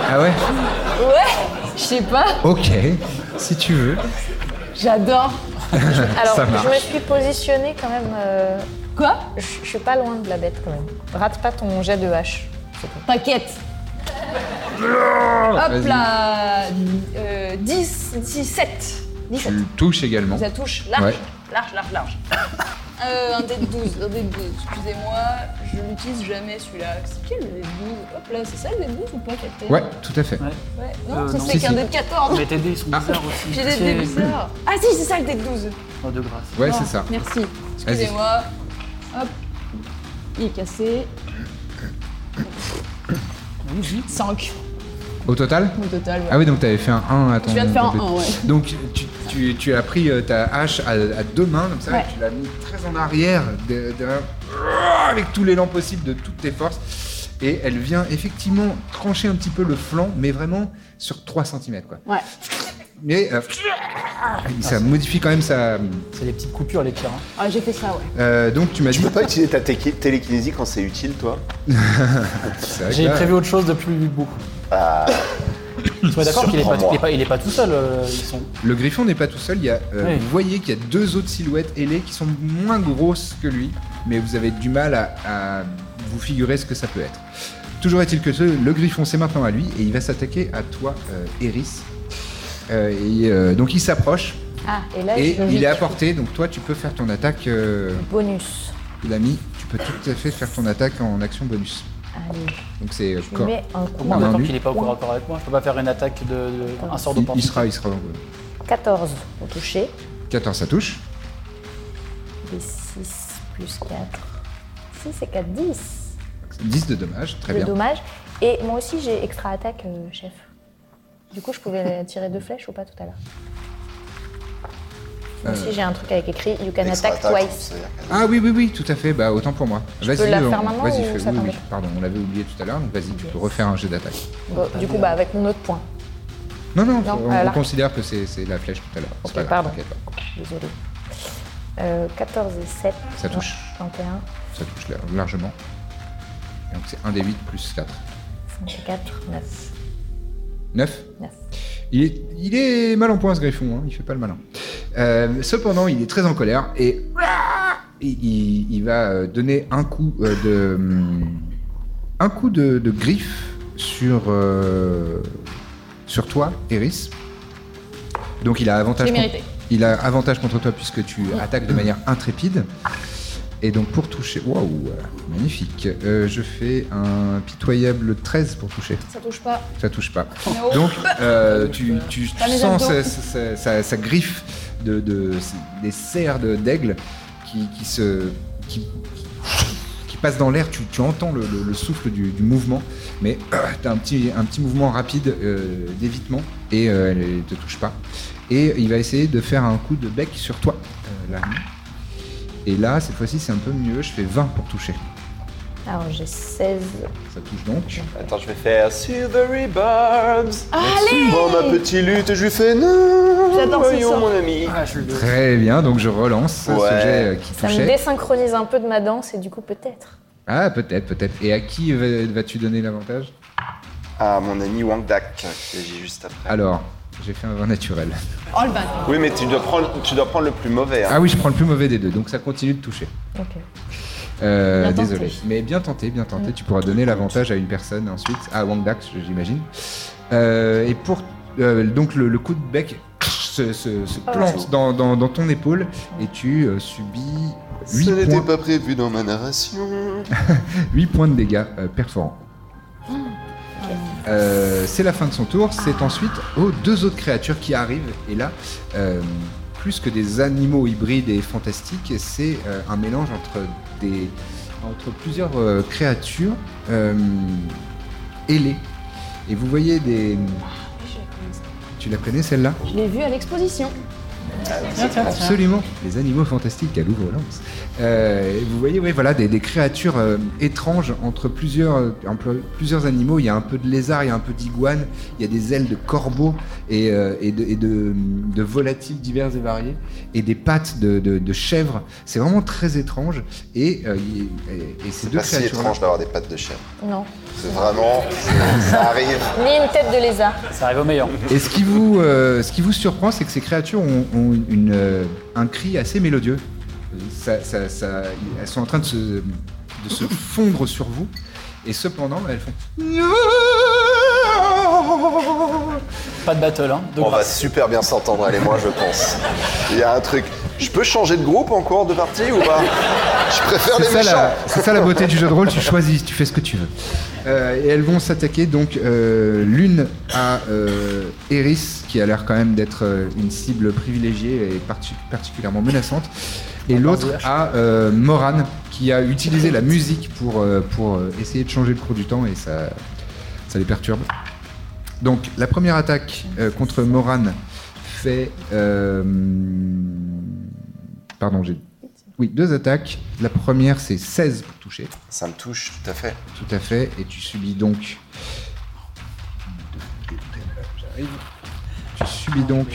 Ah ouais Ouais, je sais pas, Ok, si tu veux. j'adore. Eh ben, Alors, Ça marche. je me suis positionnée quand même. euh, Quoi je je suis pas loin de la bête quand même. Rate pas ton jet de hache. T'inquiète. Hop Vas-y. là, euh, 10, 17. 17. Tu touches également. Ça touche large, Ouais. large, large, large. [COUGHS] Euh, un dé de 12, un dé de 12. Excusez-moi, je l'utilise jamais celui-là. C'est quel le dé de 12 Hop là, c'est ça le dé de 12 ou pas, Captain Ouais, tout à fait. Ouais, Non, Euh, ça non. c'est Si, qu'un si. dé de 14. Mais tes dés ils sont bizarres aussi. J'ai des dés Tiens. bizarres. Ah si, c'est ça le dé de 12. Oh, de grâce. Ouais, Oh, c'est ça. Merci. Vas-y. Excusez-moi. Hop. Il est cassé. 5 Au total au total. ouais. Ah oui, donc t'avais fait un 1 à ton. Je viens de faire un ton- un, ouais. Donc tu, tu- tu as pris euh, ta hache à, à deux mains, comme ça, Ouais. et tu l'as mis très en arrière, de- de- avec tout l'élan possible de toutes tes forces. Et elle vient effectivement trancher un petit peu le flanc, mais vraiment sur 3 cm. Quoi. Ouais. Mais euh, ça modifie quand même sa. C'est les petites coupures, les pires. hein. Ah, j'ai fait ça, ouais. Euh, donc tu m'as Tu dit. peux pas utiliser ta téqui- télékinésie quand c'est utile, toi C'est vrai que J'ai là, euh, prévu autre chose de plus beaucoup. Ah, Sois d'accord qu'il est pas, Surprends-moi. il est pas- il est pas tout seul. euh, ils sont. Le griffon n'est pas tout seul, il y a, euh, Oui. vous voyez qu'il y a deux autres silhouettes ailées qui sont moins grosses que lui, mais vous avez du mal à, à vous figurer ce que ça peut être. Toujours est-il que ce- le griffon c'est maintenant à lui et il va s'attaquer à toi, euh, Eris. Euh, et, euh, donc il s'approche Ah, et là, et je il est à portée, donc toi tu peux faire ton attaque, euh, Bonus. il a mis, tu peux tout à fait faire ton attaque en action bonus. Allez, Donc c'est euh, je corps. mets un Au coup. moins, Main d'accord nue. qu'il est pas au corps à corps avec moi. Je peux pas faire une attaque de. de- un sort Il, il d'opportunité. sera, il sera. 14 au toucher. 14 ça touche. Et 6 plus 4. 6 et 4, 10. 10 de dommage, très Le bien. dommage. Et moi aussi, j'ai extra attaque, euh, chef. Du coup, je pouvais [LAUGHS] tirer deux flèches ou pas tout à l'heure Euh, Moi aussi, j'ai un truc avec écrit You can extra attack attaque, twice. c'est-à-dire que- Ah oui, oui, oui, tout à fait, bah autant pour moi. Vas-y, peux la euh, faire maintenant vas-y, ou fais- ça oui, t'en oui, veut pardon, on l'avait oublié tout à l'heure, donc vas-y, tu peux refaire un jet d'attaque. Bon, du coup, bah, avec mon autre point. Non, non, Non, on, euh, on l'arc. considère que c'est c'est la flèche tout à l'heure. C'est Ok, pas grave, pardon. t'inquiète pas. Désolée. Euh, 14 et 7. Ça touche. 21. Ça touche lar- largement. Donc c'est 1 des 8 plus 4. 5 et 4. 9. 9 9. il est, il est mal en point ce griffon, hein, il fait pas le malin. Euh, cependant, il est très en colère et il, il- il va euh, donner un coup euh, de un coup de, de griffe sur euh, sur toi, Eris. Donc il a avantage, J'ai mérité. contre- il a avantage contre toi puisque tu attaques de manière intrépide. Et donc pour toucher, waouh, magnifique. Euh, je fais un pitoyable 13 pour toucher. Ça touche pas. Ça touche pas. No. Donc, euh, tu, tu- tu Pas les sens sa, abdos. sa- sa- sa griffe de, de- des serres de- d'aigle qui, qui se. qui, qui passe dans l'air. Tu, tu entends le, le- le souffle du, du mouvement, mais tu as un petit, un petit mouvement rapide euh, d'évitement et euh, elle ne te touche pas. Et il va essayer de faire un coup de bec sur toi, euh, là. Et là, cette fois-ci, c'est un peu mieux. Je fais 20 pour toucher. Alors j'ai 16. Ça touche donc. Attends, je vais faire See the Rebarbs. Ah, Allez Prends ma petite lutte, je lui fais non. J'adore ce voyons, sort. mon ami. Ah, Très bien, donc je relance Ouais. ce jet euh, qui Ça me touchait. désynchronise un peu de ma danse et du coup peut-être. Ah, peut-être, peut-être. Et à qui va- vas-tu donner l'avantage Ah, mon ami Wang Dak, que j'ai juste après. Alors, j'ai fait un vin naturel. Oh le bâtard. Oui, mais tu dois prendre, tu dois prendre le plus mauvais. hein. Ah oui, je prends le plus mauvais des deux, donc ça continue de toucher. Ok. Euh, Bien tenté. Mm. désolé. Mais bien tenté, bien tenté. Tu pourras donner l'avantage à une personne ensuite, à Wang Dax, j'imagine. Euh, et pour. euh, donc, le, le coup de bec se, se- se Ah. plante dans, dans- dans ton épaule et tu euh, subis Ce 8 n'était points, pas prévu dans ma narration. huit points de dégâts euh, perforants. Euh, c'est la fin de son tour. C'est ensuite aux deux autres créatures qui arrivent. Et là, euh, plus que des animaux hybrides et fantastiques, c'est euh, un mélange entre, des, entre plusieurs euh, créatures euh, ailées. Et vous voyez des. Tu la connais celle-là Je l'ai vu à l'exposition. Absolument, les animaux fantastiques à Louvre-Lens. Euh, vous voyez, oui, voilà, des, des créatures euh, étranges entre plusieurs, euh, entre plusieurs animaux. Il y a un peu de lézard, il y a un peu d'iguane, il y a des ailes de corbeau et, euh, et de, et de- de volatiles divers et variés, et des pattes de, de- de chèvres. C'est vraiment très étrange. Et, euh, il- et- et ces C'est Ah, deux pas si créatures étrange d'avoir des pattes de chèvre. Non. C'est vraiment. ça arrive. Ni une tête de lézard. Ça arrive au meilleur. Et ce qui vous, euh, ce qui vous surprend, c'est que ces créatures ont, ont une- une, euh, un cri assez mélodieux. Ça- ça- ça- elles sont en train de se, de se fondre sur vous, et cependant, elles font. Pas de battle, hein. de On va grâce. super bien s'entendre, elle et moi, je pense. Il y a un truc. Je peux changer de groupe en cours de partie ou pas Je [LAUGHS] préfère C'est les ça, méchants. la, c'est ça la beauté du jeu de rôle, tu choisis, tu fais ce que tu veux. Euh, et elles vont s'attaquer donc euh, l'une à euh, Eris, qui a l'air quand même d'être euh, une cible privilégiée et parti- particulièrement menaçante, et l'autre à euh, Moran, qui a utilisé la musique pour, euh, pour euh, essayer de changer le cours du temps et ça, ça les perturbe. Donc la première attaque euh, contre Moran fait... euh, pardon, j'ai oui, deux attaques. La première, c'est 16 pour toucher. Ça me touche, tout à fait. Tout à fait. Et tu subis donc. J'arrive. Tu subis donc.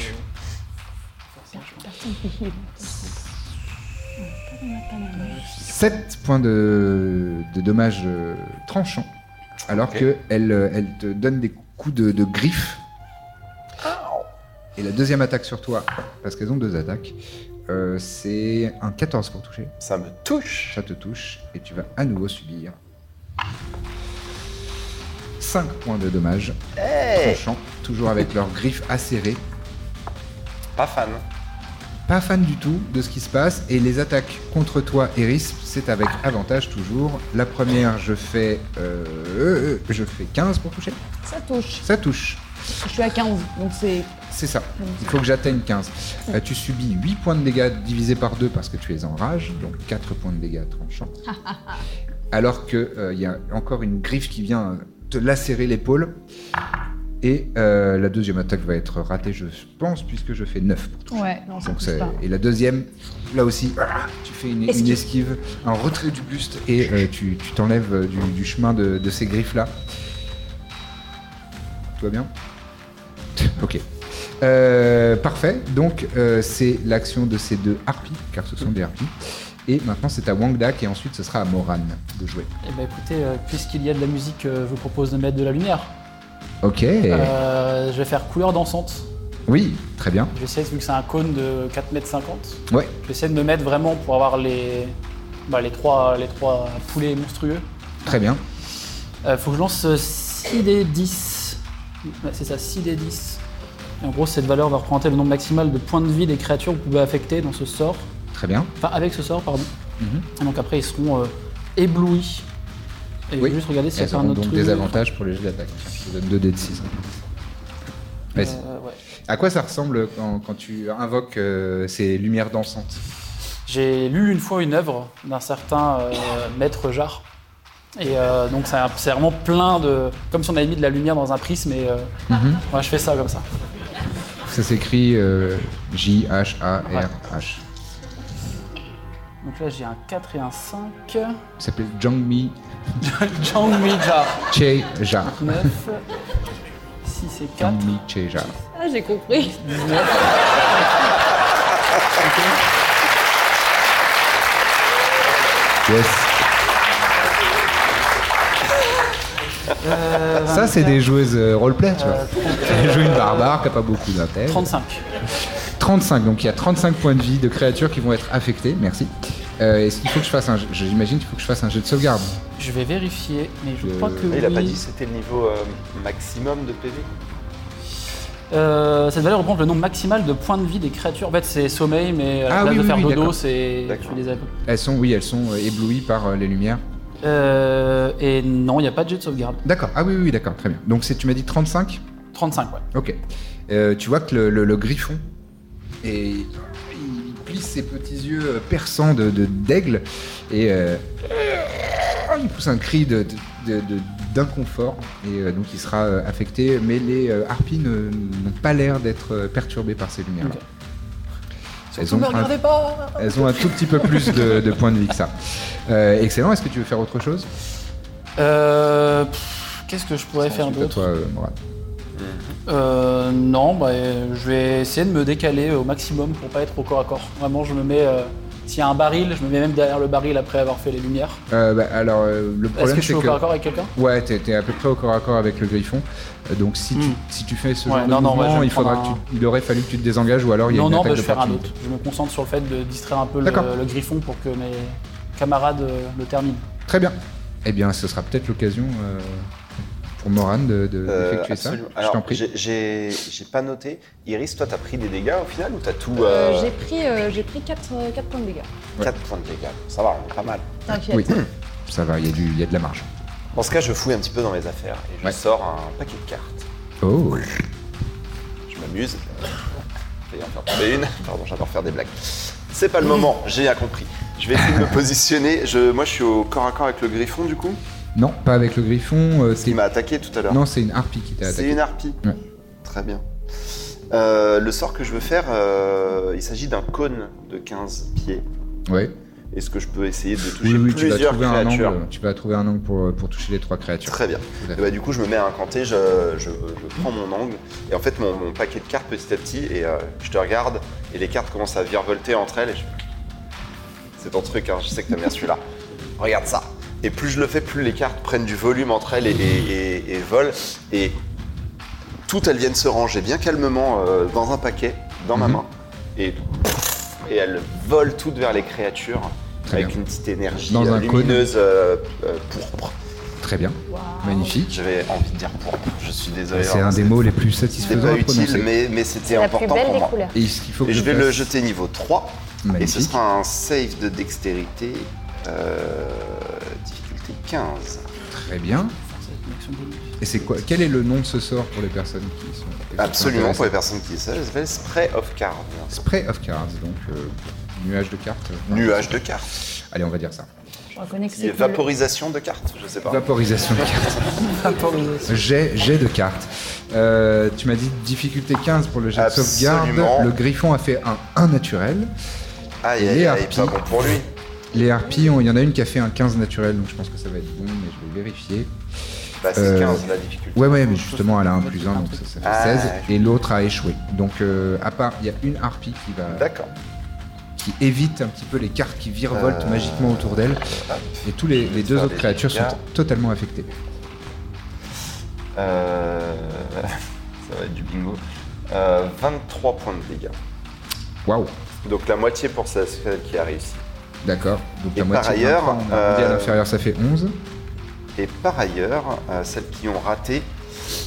Sept points de, de dommages euh, tranchants. Alors que elle, euh, elle te donne des coups de, de griffes. Et la deuxième attaque sur toi, parce qu'elles ont deux attaques, euh, c'est un 14 pour toucher. Ça me touche. Ça te touche et tu vas à nouveau subir 5 points de dommage. Tranchant, toujours avec leurs griffes acérées. Pas fan. Pas fan du tout de ce qui se passe. Et les attaques contre toi, Eris, c'est avec avantage toujours. La première, je fais, euh, euh, je fais 15 pour toucher. Ça touche. Ça touche. Je suis à 15, donc c'est. C'est ça. Il faut que j'atteigne 15. Euh, tu subis 8 points de dégâts divisés par 2 parce que tu es en rage, donc 4 points de dégâts tranchants. Alors que euh, il y a encore une griffe qui vient euh, te lacérer l'épaule. Et euh, la deuxième attaque va être ratée, je pense, puisque je fais 9 pour toucher. Ouais, non, ça Donc touche c'est- pas. et la deuxième, là aussi, ah, tu fais une une esquive. Esquive. un retrait du buste et euh, tu tu t'enlèves euh, du, du chemin de, de ces griffes-là. Tout va bien [LAUGHS] Ok. Euh, parfait. Donc euh, c'est l'action de ces deux harpies, car ce sont des harpies. Et maintenant c'est à Wang Dak et ensuite ce sera à Moran de jouer. Eh ben écoutez, euh, puisqu'il y a de la musique, euh, je vous propose de mettre de la lumière. Ok. Euh, je vais faire couleur dansante. Oui, très bien. Je vais essayer, vu que c'est un cône de 4m50, Ouais. je vais essayer de me mettre vraiment pour avoir les, bah, les, trois, les trois poulets monstrueux. Très bien. Euh, faut que je lance 6 des 10. Ouais, c'est ça, 6 des 10. Et en gros, cette valeur va représenter le nombre maximal de points de vie des créatures que vous pouvez affecter dans ce sort. Très bien. Enfin, avec ce sort, pardon. Mhm. Et donc après, ils seront euh, éblouis. Et Oui. juste regarder si Elles c'est un auront autre donc truc. des avantages pour les jeux d'attaque. Je te donne 2 dés de 6. Vas-y. Euh, ouais. À quoi ça ressemble quand, quand tu invoques euh, ces lumières dansantes J'ai lu une fois une œuvre d'un certain euh, maître Jarre. Et euh, donc c'est un- c'est vraiment plein de... Comme si on avait mis de la lumière dans un prisme et... euh, Mhm. ouais, je fais ça comme ça. Ça s'écrit euh, J-H-A-R-H. Donc là j'ai un 4 et un 5. [LAUGHS] Il s'appelle Jangmi Changmi Jarre. Cheja. 9, 6 et 4. Jangmi Cheja. Ah, j'ai compris. Yes. Ça, c'est des joueuses euh, roleplay, tu vois. Elles jouent une barbare qui n'a pas beaucoup d'intérêt. 35. 35, donc il y a 35 points de vie de créatures qui vont être affectées, merci. Euh, Est-ce qu'il faut que je fasse un jeu J'imagine qu'il faut que je fasse un jeu de sauvegarde. Je vais vérifier, mais je Euh, crois que. Ah, Il a oui. pas dit c'était le niveau euh, maximum de PV Euh, cette valeur reprend le nombre maximal de points de vie des créatures. En fait, c'est sommeil, mais à la Ah place oui, de oui, faire oui, dodo, d'accord. c'est. Tu les as. Elles sont, oui, elles sont euh, éblouies par euh, les lumières. Euh, et non, il n'y a pas de jet de sauvegarde. D'accord, ah oui, oui, oui, d'accord, très bien. Donc c'est- tu m'as dit 35 35, ouais. Ok. Euh, tu vois que le, le- le griffon, et, il plisse ses petits yeux euh, perçants de de- d'aigle et euh, il pousse un cri de- de- de- de- d'inconfort et euh, donc il sera euh, affecté. Mais les euh, harpies ne- n'ont pas l'air d'être euh, perturbées par ces lumières. Ok. Elles, Ne ont me un, regardez pas. elles ont un tout petit peu plus de, de points de vie que ça. Euh, excellent. Est-ce que tu veux faire autre chose Euh, pff, Qu'est-ce que je pourrais faire Ensuite, à d'autre toi, euh, Morane. Euh, Non, bah, euh, je vais essayer de me décaler au maximum pour pas être au corps à corps. Vraiment, je me mets. euh, S'il y a un baril, je me mets même derrière le baril après avoir fait les lumières. Euh, bah, alors, euh, le Est-ce problème, que je c'est suis au que. corps à corps avec quelqu'un Ouais, t'es t'es à peu près au corps à corps avec le griffon. Euh, Donc si, tu, Hmm. si tu fais ce Ouais, genre non, de non, ouais, mouvement, je vais il, faudra prendre que tu- il aurait fallu que tu te désengages ou alors Oh, il y a Non, une non, attaque bah, je vais faire un d'opportunité. autre. Je me concentre sur le fait de distraire un peu le, D'accord. le griffon pour que mes camarades euh, le terminent. Très bien. Eh bien, ce sera peut-être l'occasion euh, pour Moran de- de- Euh, d'effectuer ça. absolument. Je t'en Alors, prie. j'ai- j'ai j'ai pas noté. Iris, toi, t'as pris des dégâts au final ou t'as tout Oh. Euh, j'ai pris, euh, j'ai pris 4, points de dégâts. 4 points de dégâts Ça va, on est pas mal. T'inquiète. Oui, ça va, il y, a du- il y a de la marge. Dans ce cas, je fouille un petit peu dans mes affaires et je Ouais. sors un paquet de cartes. Oh, Je m'amuse. Je vais en faire tomber une. Pardon, j'adore faire des blagues. C'est pas le moment, j'ai bien compris. Je vais [LAUGHS] essayer de me positionner. Je, moi, je suis au corps à corps avec le griffon, du coup. non, pas avec le griffon. euh, c'est- Il m'a attaqué tout à l'heure. Non, c'est une harpie qui t'a C'est attaqué. une harpie. Ouais. Très bien. Euh, le sort que je veux faire, euh, il s'agit d'un cône de 15 pieds. Ouais. Est-ce que je peux essayer de Oui, toucher oui, tu vas, plusieurs trouver un créatures angle, tu vas trouver un angle pour, euh, pour toucher les trois créatures. Très bien. Tout à Et fait. bah, du coup, je me mets à incanter, je, je, je prends mon angle, et en fait, mon, mon paquet de cartes petit à petit, et euh, je te regarde, et les cartes commencent à virevolter entre elles. et je- C'est ton truc, hein, je sais que t'aimes bien celui-là. Regarde ça. Et plus je le fais, plus les cartes prennent du volume entre elles et, et- et- et volent, et toutes elles viennent se ranger bien calmement euh, dans un paquet, dans ma Mhm. main, et, et elles volent toutes vers les créatures. Très avec bien. une petite énergie Dans un cône. lumineuse euh, euh, pourpre. Très bien. Magnifique. J'avais envie de dire pourpre, je suis désolé. C'est hein, un des mots les plus C'était satisfaisants pas à prononcer. utile, mais, mais c'était La plus important belle pour des moi. couleurs. Et ce qu'il faut que Et je vais le fasse- jeter niveau 3, et ce Magnifique. sera un save de dextérité, euh, difficulté 15. Très bien. Et c'est quoi Quel est le nom de ce sort pour les personnes qui sont qui sont Absolument, pour les intéressées personnes qui savent, ça s'appelle Spray of Cards. Spray of cards, donc euh, nuage de cartes. euh, Nuage de cartes. Allez, on va dire ça. Je reconnais que Qui est c'est. vaporisation de cartes, je sais pas. Vaporisation de cartes. Jet, jet de cartes. Euh, tu m'as dit difficulté 15 pour le jet de sauvegarde. Absolument. Le griffon a fait un 1 naturel. Aïe, Et aïe, les aïe, pas harpies. bon pour lui. Les harpies, ont- il y en a une qui a fait un 15 naturel, donc je pense que ça va être bon, mais je vais vérifier. Bah, c'est Euh, 15 la difficulté. Ouais, ouais, mais justement, elle a un plus 1, donc ça, ça fait Ah, 16. Et l'autre a échoué. Donc, euh, à part, il y a une harpie qui va, D'accord. qui évite un petit peu les cartes qui virevoltent Euh, magiquement autour d'elle. hop, Et tous les, je vais les deux faire autres des créatures dégâts. sont totalement affectées. Euh, [LAUGHS] ça va être du bingo. Euh, 23 points de dégâts. Waouh Donc la moitié pour celle celle qui a réussi. D'accord. Donc Et la par moitié de ailleurs, 23, on a arrondi à euh, l'inférieur, ça fait 11. Et par ailleurs, euh, celles qui ont raté,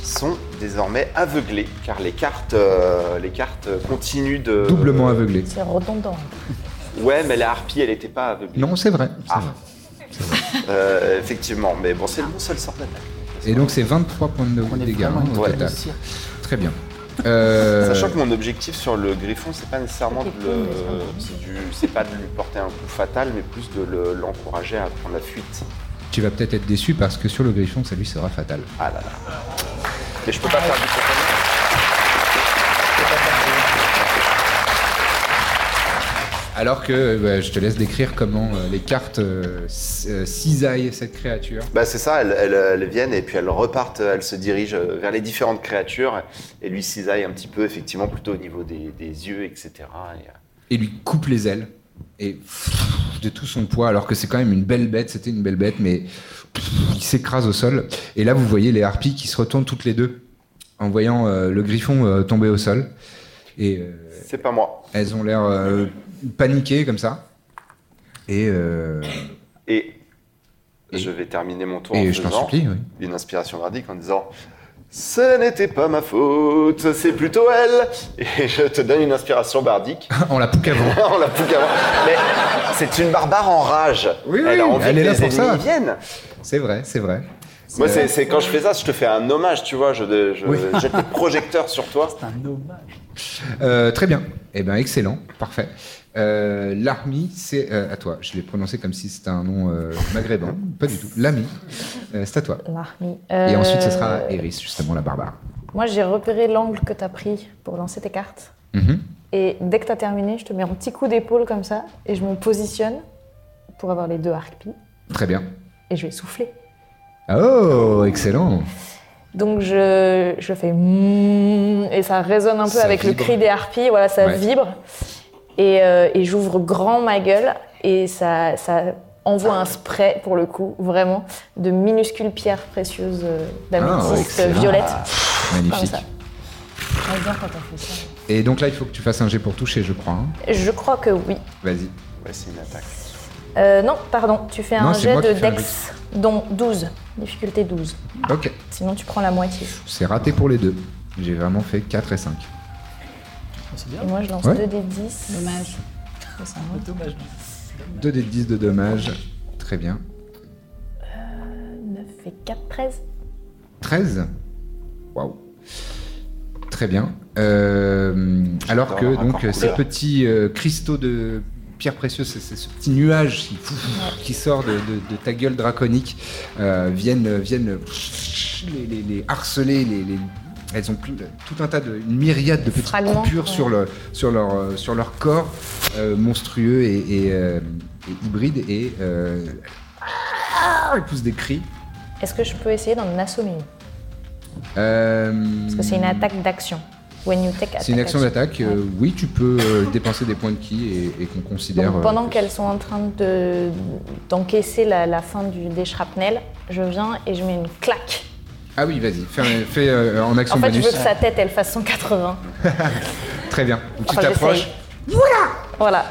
sont désormais aveuglés car les cartes, euh, les cartes continuent de. Doublement aveuglé. C'est redondant. Ouais, mais la harpie, elle n'était pas aveuglée. Non, c'est vrai. c'est Ah. vrai. Euh, effectivement, mais bon, c'est le bon seul sort d'attaque. Et donc c'est 23 points de dégâts hein, au Ouais. total. Très [LAUGHS] bien. Euh, Sachant que mon objectif sur le griffon, c'est pas nécessairement de le- c'est du- c'est pas de lui porter un coup fatal, mais plus de le- l'encourager à prendre la fuite. tu vas peut-être être déçu parce que sur le griffon, ça lui sera fatal. Ah là là. Mais je peux pas faire du contre Alors que euh, bah, je te laisse décrire comment euh, les cartes euh, c- euh, cisaillent cette créature. Bah c'est ça, elles, elles- elles viennent et puis elles repartent, elles se dirigent euh, vers les différentes créatures et lui cisaille un petit peu, effectivement, plutôt au niveau des, des yeux, etc. Et, euh, et lui coupe les ailes et pff, de tout son poids alors que c'est quand même une belle bête c'était une belle bête mais pff, il s'écrase au sol et là vous voyez les harpies qui se retournent toutes les deux en voyant euh, le griffon euh, tomber au sol et euh, c'est pas moi. elles ont l'air euh, paniquées comme ça et, euh, [LAUGHS] Et, Et- je vais terminer mon tour en et je t'en faisant supplie oui. une inspiration bardique en disant ce n'était pas ma faute, c'est plutôt elle. Et je te donne une inspiration bardique. [LAUGHS] en la poucavant On la pousse avant. Mais c'est une barbare en rage. Oui, elle, oui, a envie elle que est là les pour ennemis ça. viennent. c'est vrai c'est vrai Moi, c'est euh, c'est- quand je fais ça, je te fais un hommage, tu vois. Je, je Oui. jette [LAUGHS] le projecteur sur toi. Un hommage. Euh, très bien. Eh bien, excellent. Parfait. Euh, L'armée, c'est euh, à toi. Je l'ai prononcé comme si c'était un nom euh, maghrébin. Pas du tout. L'ami, Euh, c'est à toi. L'armée. Et Euh, ensuite, ce sera Eris, justement, la barbare. Moi, j'ai repéré l'angle que tu as pris pour lancer tes cartes. Mhm. Et dès que tu as terminé, je te mets un petit coup d'épaule comme ça et je me positionne pour avoir les deux harpies Très bien. et je vais souffler. Oh, excellent. Donc je, je fais mmm et ça résonne un peu Ça avec le vibre. cri des harpies, voilà, ça Ouais. vibre. Et, euh, et j'ouvre grand ma gueule et ça, ça envoie un spray, pour le coup, vraiment, de minuscules pierres précieuses euh, d'améthyste Ah, excellent. violette. Magnifique. Comme ça. J'adore quand on fait ça. Et donc là, il faut que tu fasses un jet pour toucher, je crois. hein. Je crois que oui. Vas-y. Ouais, c'est une attaque. Euh, non, pardon, tu fais Non, un c'est jet moi qui de fais un dex, dont 12, difficulté 12. Ok. Sinon, tu prends la moitié. C'est raté pour les deux. J'ai vraiment fait 4 et 5. C'est bien. Et moi, je lance Ouais. 2 des 10. Dommage. Ça, c'est un autre. 2 des 10 de dommages. Très bien. 9 et 4, 13. 13 Waouh. Très bien. Euh, alors que J'adore le donc rapport ces couleur. petits euh, cristaux de pierre précieuse, c'est- c'est ce petit nuage qui, [LAUGHS] qui sort de, de- de ta gueule draconique, euh, viennent, viennent les, les- les harceler, les, les- elles ont pl- tout un tas de, une myriade de petites Fragments, coupures ouais. sur, le, sur, leur, euh, sur leur corps euh, monstrueux et, et, euh, et hybride et euh, elles poussent des cris. Est-ce que je peux essayer d'en assommer une Euh, Parce que c'est une attaque d'action. When you take C'est une action attack d'attaque. euh, oui, tu peux euh, dépenser des points de ki et, et qu'on considère. Donc, euh, pendant que- qu'elles sont en train de- d'encaisser la, la fin du, des shrapnel, je viens et je mets une claque. Ah oui, vas-y, fais, un- fais, euh, en action En fait, je bonus. veux que sa tête, elle fasse 180. Très bien. Donc, tu Enfin, t'approches. j'essaye. Voilà.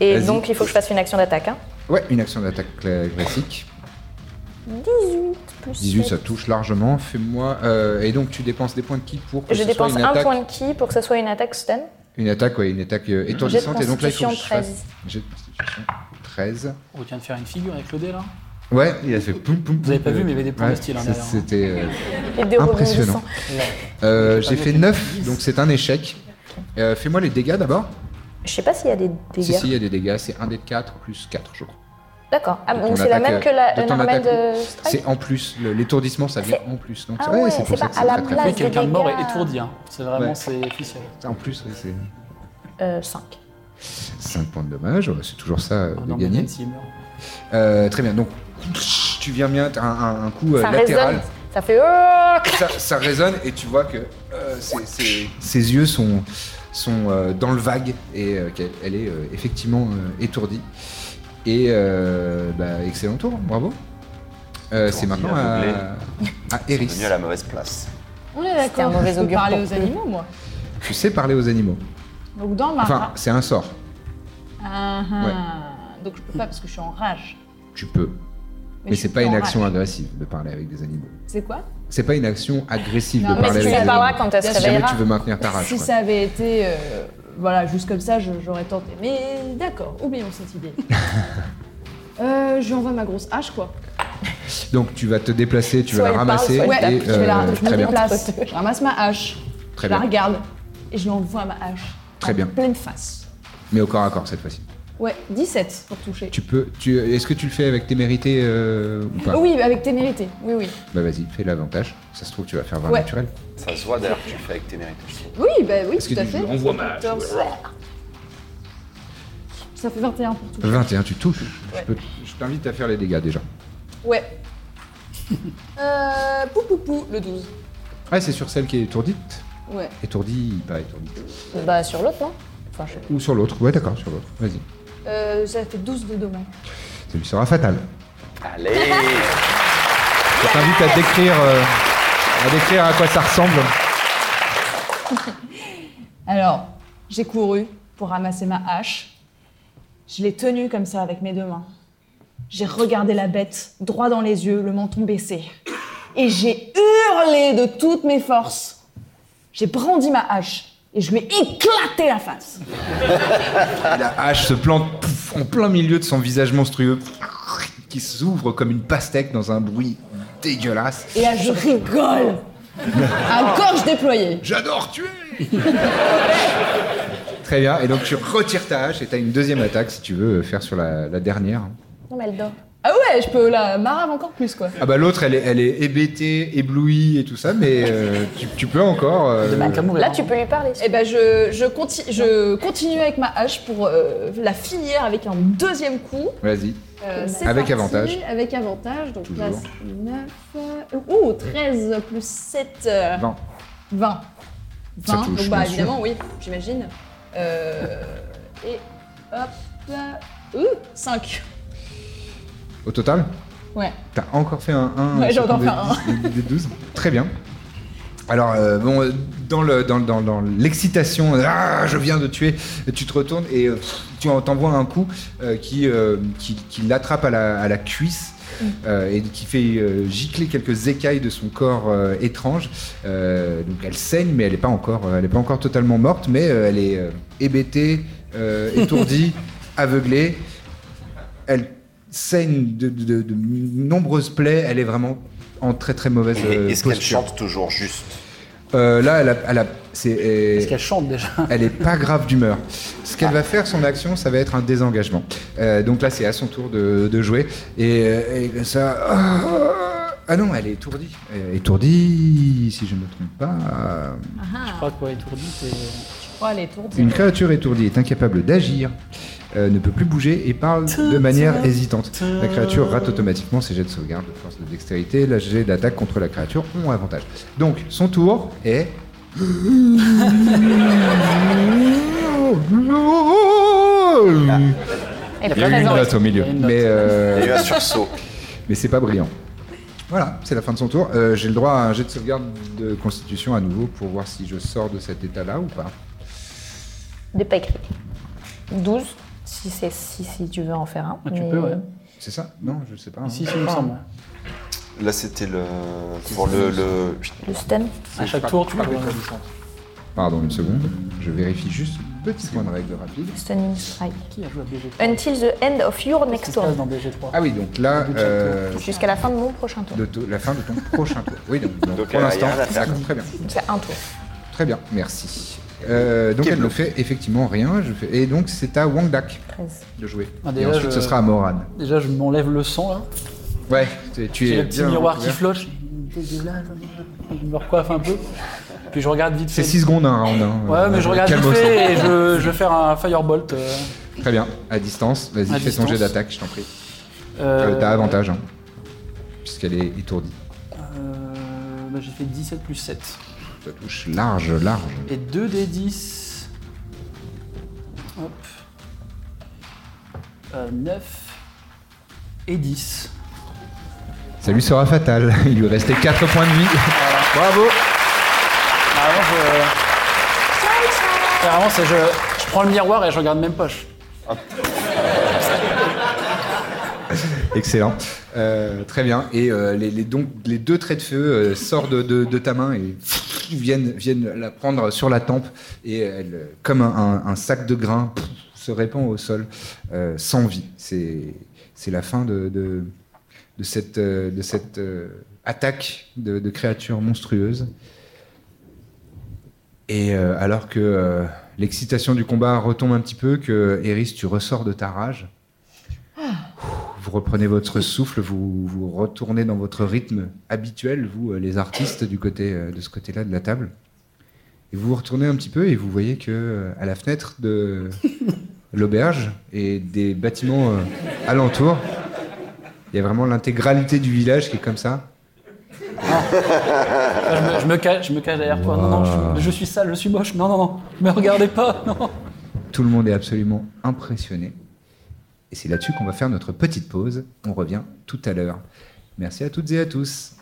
Et Vas-y. donc, il faut que je fasse une action d'attaque. hein. Ouais, une action d'attaque cla- classique. 18, ça touche largement. Fais-moi. euh, et donc, tu dépenses des points de ki pour. Que Je ce soit dépense une un attaque, point de ki pour que ça soit une attaque stun. Une attaque, ouais, une attaque euh, étourdissante. Et donc là, il faut que je constitution fasse. J'ai 13. On vient de faire une figure avec le dé là. Ouais, il a fait poum poum. Vous avez pas poum, vu, euh, mais il y avait des points ouais, de style, hein, ça, derrière. C'était. euh, Et des Impressionnant. rebondissants. euh, J'ai J'ai pas fait noté. 9, donc c'est un échec. Euh, Fais-moi les dégâts d'abord. Je sais pas s'il y a des dégâts. Si, si, il y a des dégâts, c'est 1 dé de 4 plus 4, je crois. D'accord. Ah, De donc ton c'est la attaque, même que de la ton Unarmed attaque. euh, C'est Strike en plus, le- l'étourdissement, ça vient C'est- en plus. Donc, Ah ouais, ouais, c'est c'est pour ça pas que à c'est la très, très place. Mais fort. des quelqu'un de mort est dégâts. étourdi. hein. C'est vraiment Ouais. c'est officiel. En plus, ouais, c'est 5. 5 points de dommage, ouais, c'est toujours ça euh, Ah de non, mais gagner. même s'il meurt. Euh, très bien, donc tu viens bien un, un- un coup euh, ça latéral, résonne. Ça fait. euh, ça, ça résonne et tu vois que euh, ses- ses- ses yeux sont, sont euh, dans le vague et euh, qu'elle elle est euh, effectivement euh, étourdie. Et euh, bah, excellent tour, bravo. Euh, c'est Étourdie, maintenant à, aveuglée. à Je Eris. suis venu à la mauvaise place. On est C'était un d'accord. mauvais Je peux augure parler pour aux eux. animaux, moi. Tu sais parler aux animaux. Donc dans ma. Enfin, c'est un sort. Ah, ah. Donc je peux pas parce que je suis en rage. Tu peux. Mais, je c'est suis pas une en action rage. agressive de parler avec des animaux. C'est quoi C'est pas une action agressive Non, de mais parler avec si des ça animaux. va quand elle se si jamais réveillera. tu veux maintenir ta rage. Si quoi. ça avait été euh, voilà, juste comme ça, je- j'aurais tenté. Mais d'accord, oublions [LAUGHS] cette idée. euh, je lui envoie ma grosse hache, quoi. Donc tu vas te déplacer, tu vas la ramasser. ouais, et, je, vais la- euh, je me très bien. [LAUGHS] déplace, je ramasse ma hache, Très je la bien. regarde et je lui envoie ma hache. Très en bien. Pleine face. Mais au corps à corps cette fois-ci. Ouais, 17 pour toucher. Tu peux. Tu, Est-ce que tu le fais avec témérité euh, ou pas Oui, bah, avec témérité, oui, oui. Bah vas-y, fais l'avantage. Ça se trouve, tu vas faire 20 Ouais. naturel. Ça se voit d'ailleurs que tu le fais avec tes mérites. Oui, bah oui, Est-ce tout que à tu fait. lui envoies ma hache, 14. ouais. Ça fait 21 pour toucher. 21, tu touches. Je, Ouais. peux- je t'invite à faire les dégâts déjà. [LAUGHS] Ouais. euh, pou pou pou, le 12. Ah, c'est sur celle qui est étourdite Ouais. Étourdie, pas étourdite. Bah sur l'autre, non Enfin, je... Ou sur l'autre, ouais, d'accord, sur l'autre. Vas-y. euh, ça fait 12 de dommage. Ça lui sera fatal. Allez Je t'invite à décrire, euh, à décrire à quoi ça ressemble. Alors, j'ai couru pour ramasser ma hache. Je l'ai tenue comme ça avec mes deux mains. J'ai regardé la bête droit dans les yeux, le menton baissé. Et j'ai hurlé de toutes mes forces. J'ai brandi ma hache et je lui ai éclaté la face. La hache se plante pouf, en plein milieu de son visage monstrueux qui s'ouvre comme une pastèque dans un bruit dégueulasse. Et là, je rigole. À gorge déployée. J'adore tuer Très bien, et donc tu retires ta hache et t'as une deuxième attaque si tu veux euh, faire sur la, la dernière. Non, mais elle dort. Ah ouais, je peux la marave encore plus, quoi. Ah bah l'autre elle est, elle est hébétée, éblouie et tout ça, mais euh, tu, tu peux encore... euh, Là, tu peux lui parler. Eh ben, je, je, conti- je continue avec ma hache pour euh, la finir avec un deuxième coup. Vas-y. Euh, c'est Avec parti, avantage. Avec avantage, donc là, Toujours. c'est 9. euh, Ouh, 13 plus 7. euh, 20. 20. Ça 20, touche, donc bah bien sûr. évidemment, oui, j'imagine. Euh, et hop. euh, Ouh, 5. Au total Ouais. T'as encore fait un 1 Ouais, j'ai encore fait un Des 12 Très bien. Alors, euh, bon, euh, dans le- dans- dans- dans l'excitation, ah, je viens de tuer, tu te retournes et euh, tu en- t'envoies un coup euh, qui, euh, qui, qui l'attrape à la, à la cuisse. Mm. euh, et qui fait euh, gicler quelques écailles de son corps euh, étrange. Euh, donc elle saigne, mais elle n'est pas encore, euh, elle est pas encore totalement morte, mais euh, elle est euh, hébétée, euh, [LAUGHS] étourdie, aveuglée. Elle saigne de, de- de- de nombreuses plaies. Elle est vraiment en très très mauvaise euh, Et Est-ce qu'elle posture. chante toujours juste Euh, là, elle a, elle a- c'est, euh, Parce qu'elle chante déjà. elle est pas grave d'humeur. Ce qu'elle va faire, son action, ça va être un désengagement. Euh, donc là, c'est à son tour de, de jouer. Et, euh, et ça. Ah non, elle est étourdie. Euh, Étourdie, si je ne me trompe pas. Ah. Je crois que pour étourdi, c'est. Oh, elle est tourdie. Une créature étourdie est incapable d'agir, euh, ne peut plus bouger et parle de manière hésitante. La créature rate automatiquement ses jets de sauvegarde de force de dextérité. La jet d'attaque contre la créature ont avantage. Donc, son tour est. Elle est Il y a eu une présente. note au milieu, Il y a une note. mais, euh, Il y a eu un sursaut. mais c'est pas brillant. Voilà, c'est la fin de son tour. Euh, J'ai le droit à un jet de sauvegarde de constitution à nouveau pour voir si je sors de cet état-là ou pas. Des pas écrit. 12, si, c'est- si, si tu veux en faire un. Ah, tu mais- euh, peux, ouais. C'est ça Non, je sais pas. hein. Si, si, il me semble. Ah. Là, c'était le. Pour le. le... Le stun. À chaque tour, tu peux avoir une chance. Pardon, une seconde. Je vérifie juste un petit point de règle rapide. Stunning strike. Qui a joué à BG3 Until the end of your Qu'est-ce qui next se passe turn. dans BG3 Ah oui, donc là, euh, Jusqu'à la fin de mon prochain tour. de to- la fin de [LAUGHS] ton prochain tour. Oui, donc, donc, Donc, pour euh, l'instant, y a rien à faire. d'accord, très bien. C'est un tour. Très bien, merci. Euh, donc elle ne fait effectivement rien. Je fais... Et donc c'est à Wang Dak 13. de jouer. Ah, Et déjà, ensuite je- ce sera à Moran. Déjà, je m'enlève le sang là. Ouais, tu- tu J'ai es le petit bien miroir qui recouvert. flotte. Je suis dégueulasse. Je me recoiffe un peu. Puis je regarde vite fait. C'est 6 secondes un round. hein. Ouais, mais je Euh, regarde vite calmos. fait et je, je vais faire un firebolt. euh, Très bien, à distance. Vas-y, À fais ton distance. jet d'attaque, je t'en prie. euh, Euh, T'as avantage, hein, puisqu'elle est étourdie. euh, bah, J'ai fait 17 plus 7. Ça touche large, large. Et 2 des 10. Hop. 9 et 10. Ça lui sera fatal. Il lui restait 4 points de vie. Bravo Ah, Vraiment, je... Ah, Vraiment, c'est je... je prends le miroir et je regarde même poche. Excellent. Euh, très bien. Et euh, les, les- donc, les deux traits de feu euh, sortent de, de- de ta main et [LAUGHS] viennent, viennent la prendre sur la tempe. Et elle, euh, comme un, un- un sac de grains, pff, se répand au sol euh, sans vie. C'est c'est la fin de, de, de cette, euh, de cette euh, attaque de, de créatures monstrueuses. Et euh, alors que euh, l'excitation du combat retombe un petit peu, que Eris, tu ressors de ta rage, vous reprenez votre souffle, vous, vous retournez dans votre rythme habituel, vous, euh, les artistes du côté, euh, de ce côté-là de la table. Et vous vous retournez un petit peu et vous voyez que euh, à la fenêtre de [LAUGHS] l'auberge et des bâtiments euh, alentours, il y a vraiment l'intégralité du village qui est comme ça. Ah, je, me, je me cache, je me cache derrière toi. Non, non, je, je suis sale, je suis moche. Non, non, non, me regardez pas. [LAUGHS] Non. Tout le monde est absolument impressionné. Et c'est là-dessus qu'on va faire notre petite pause. On revient tout à l'heure. Merci à toutes et à tous.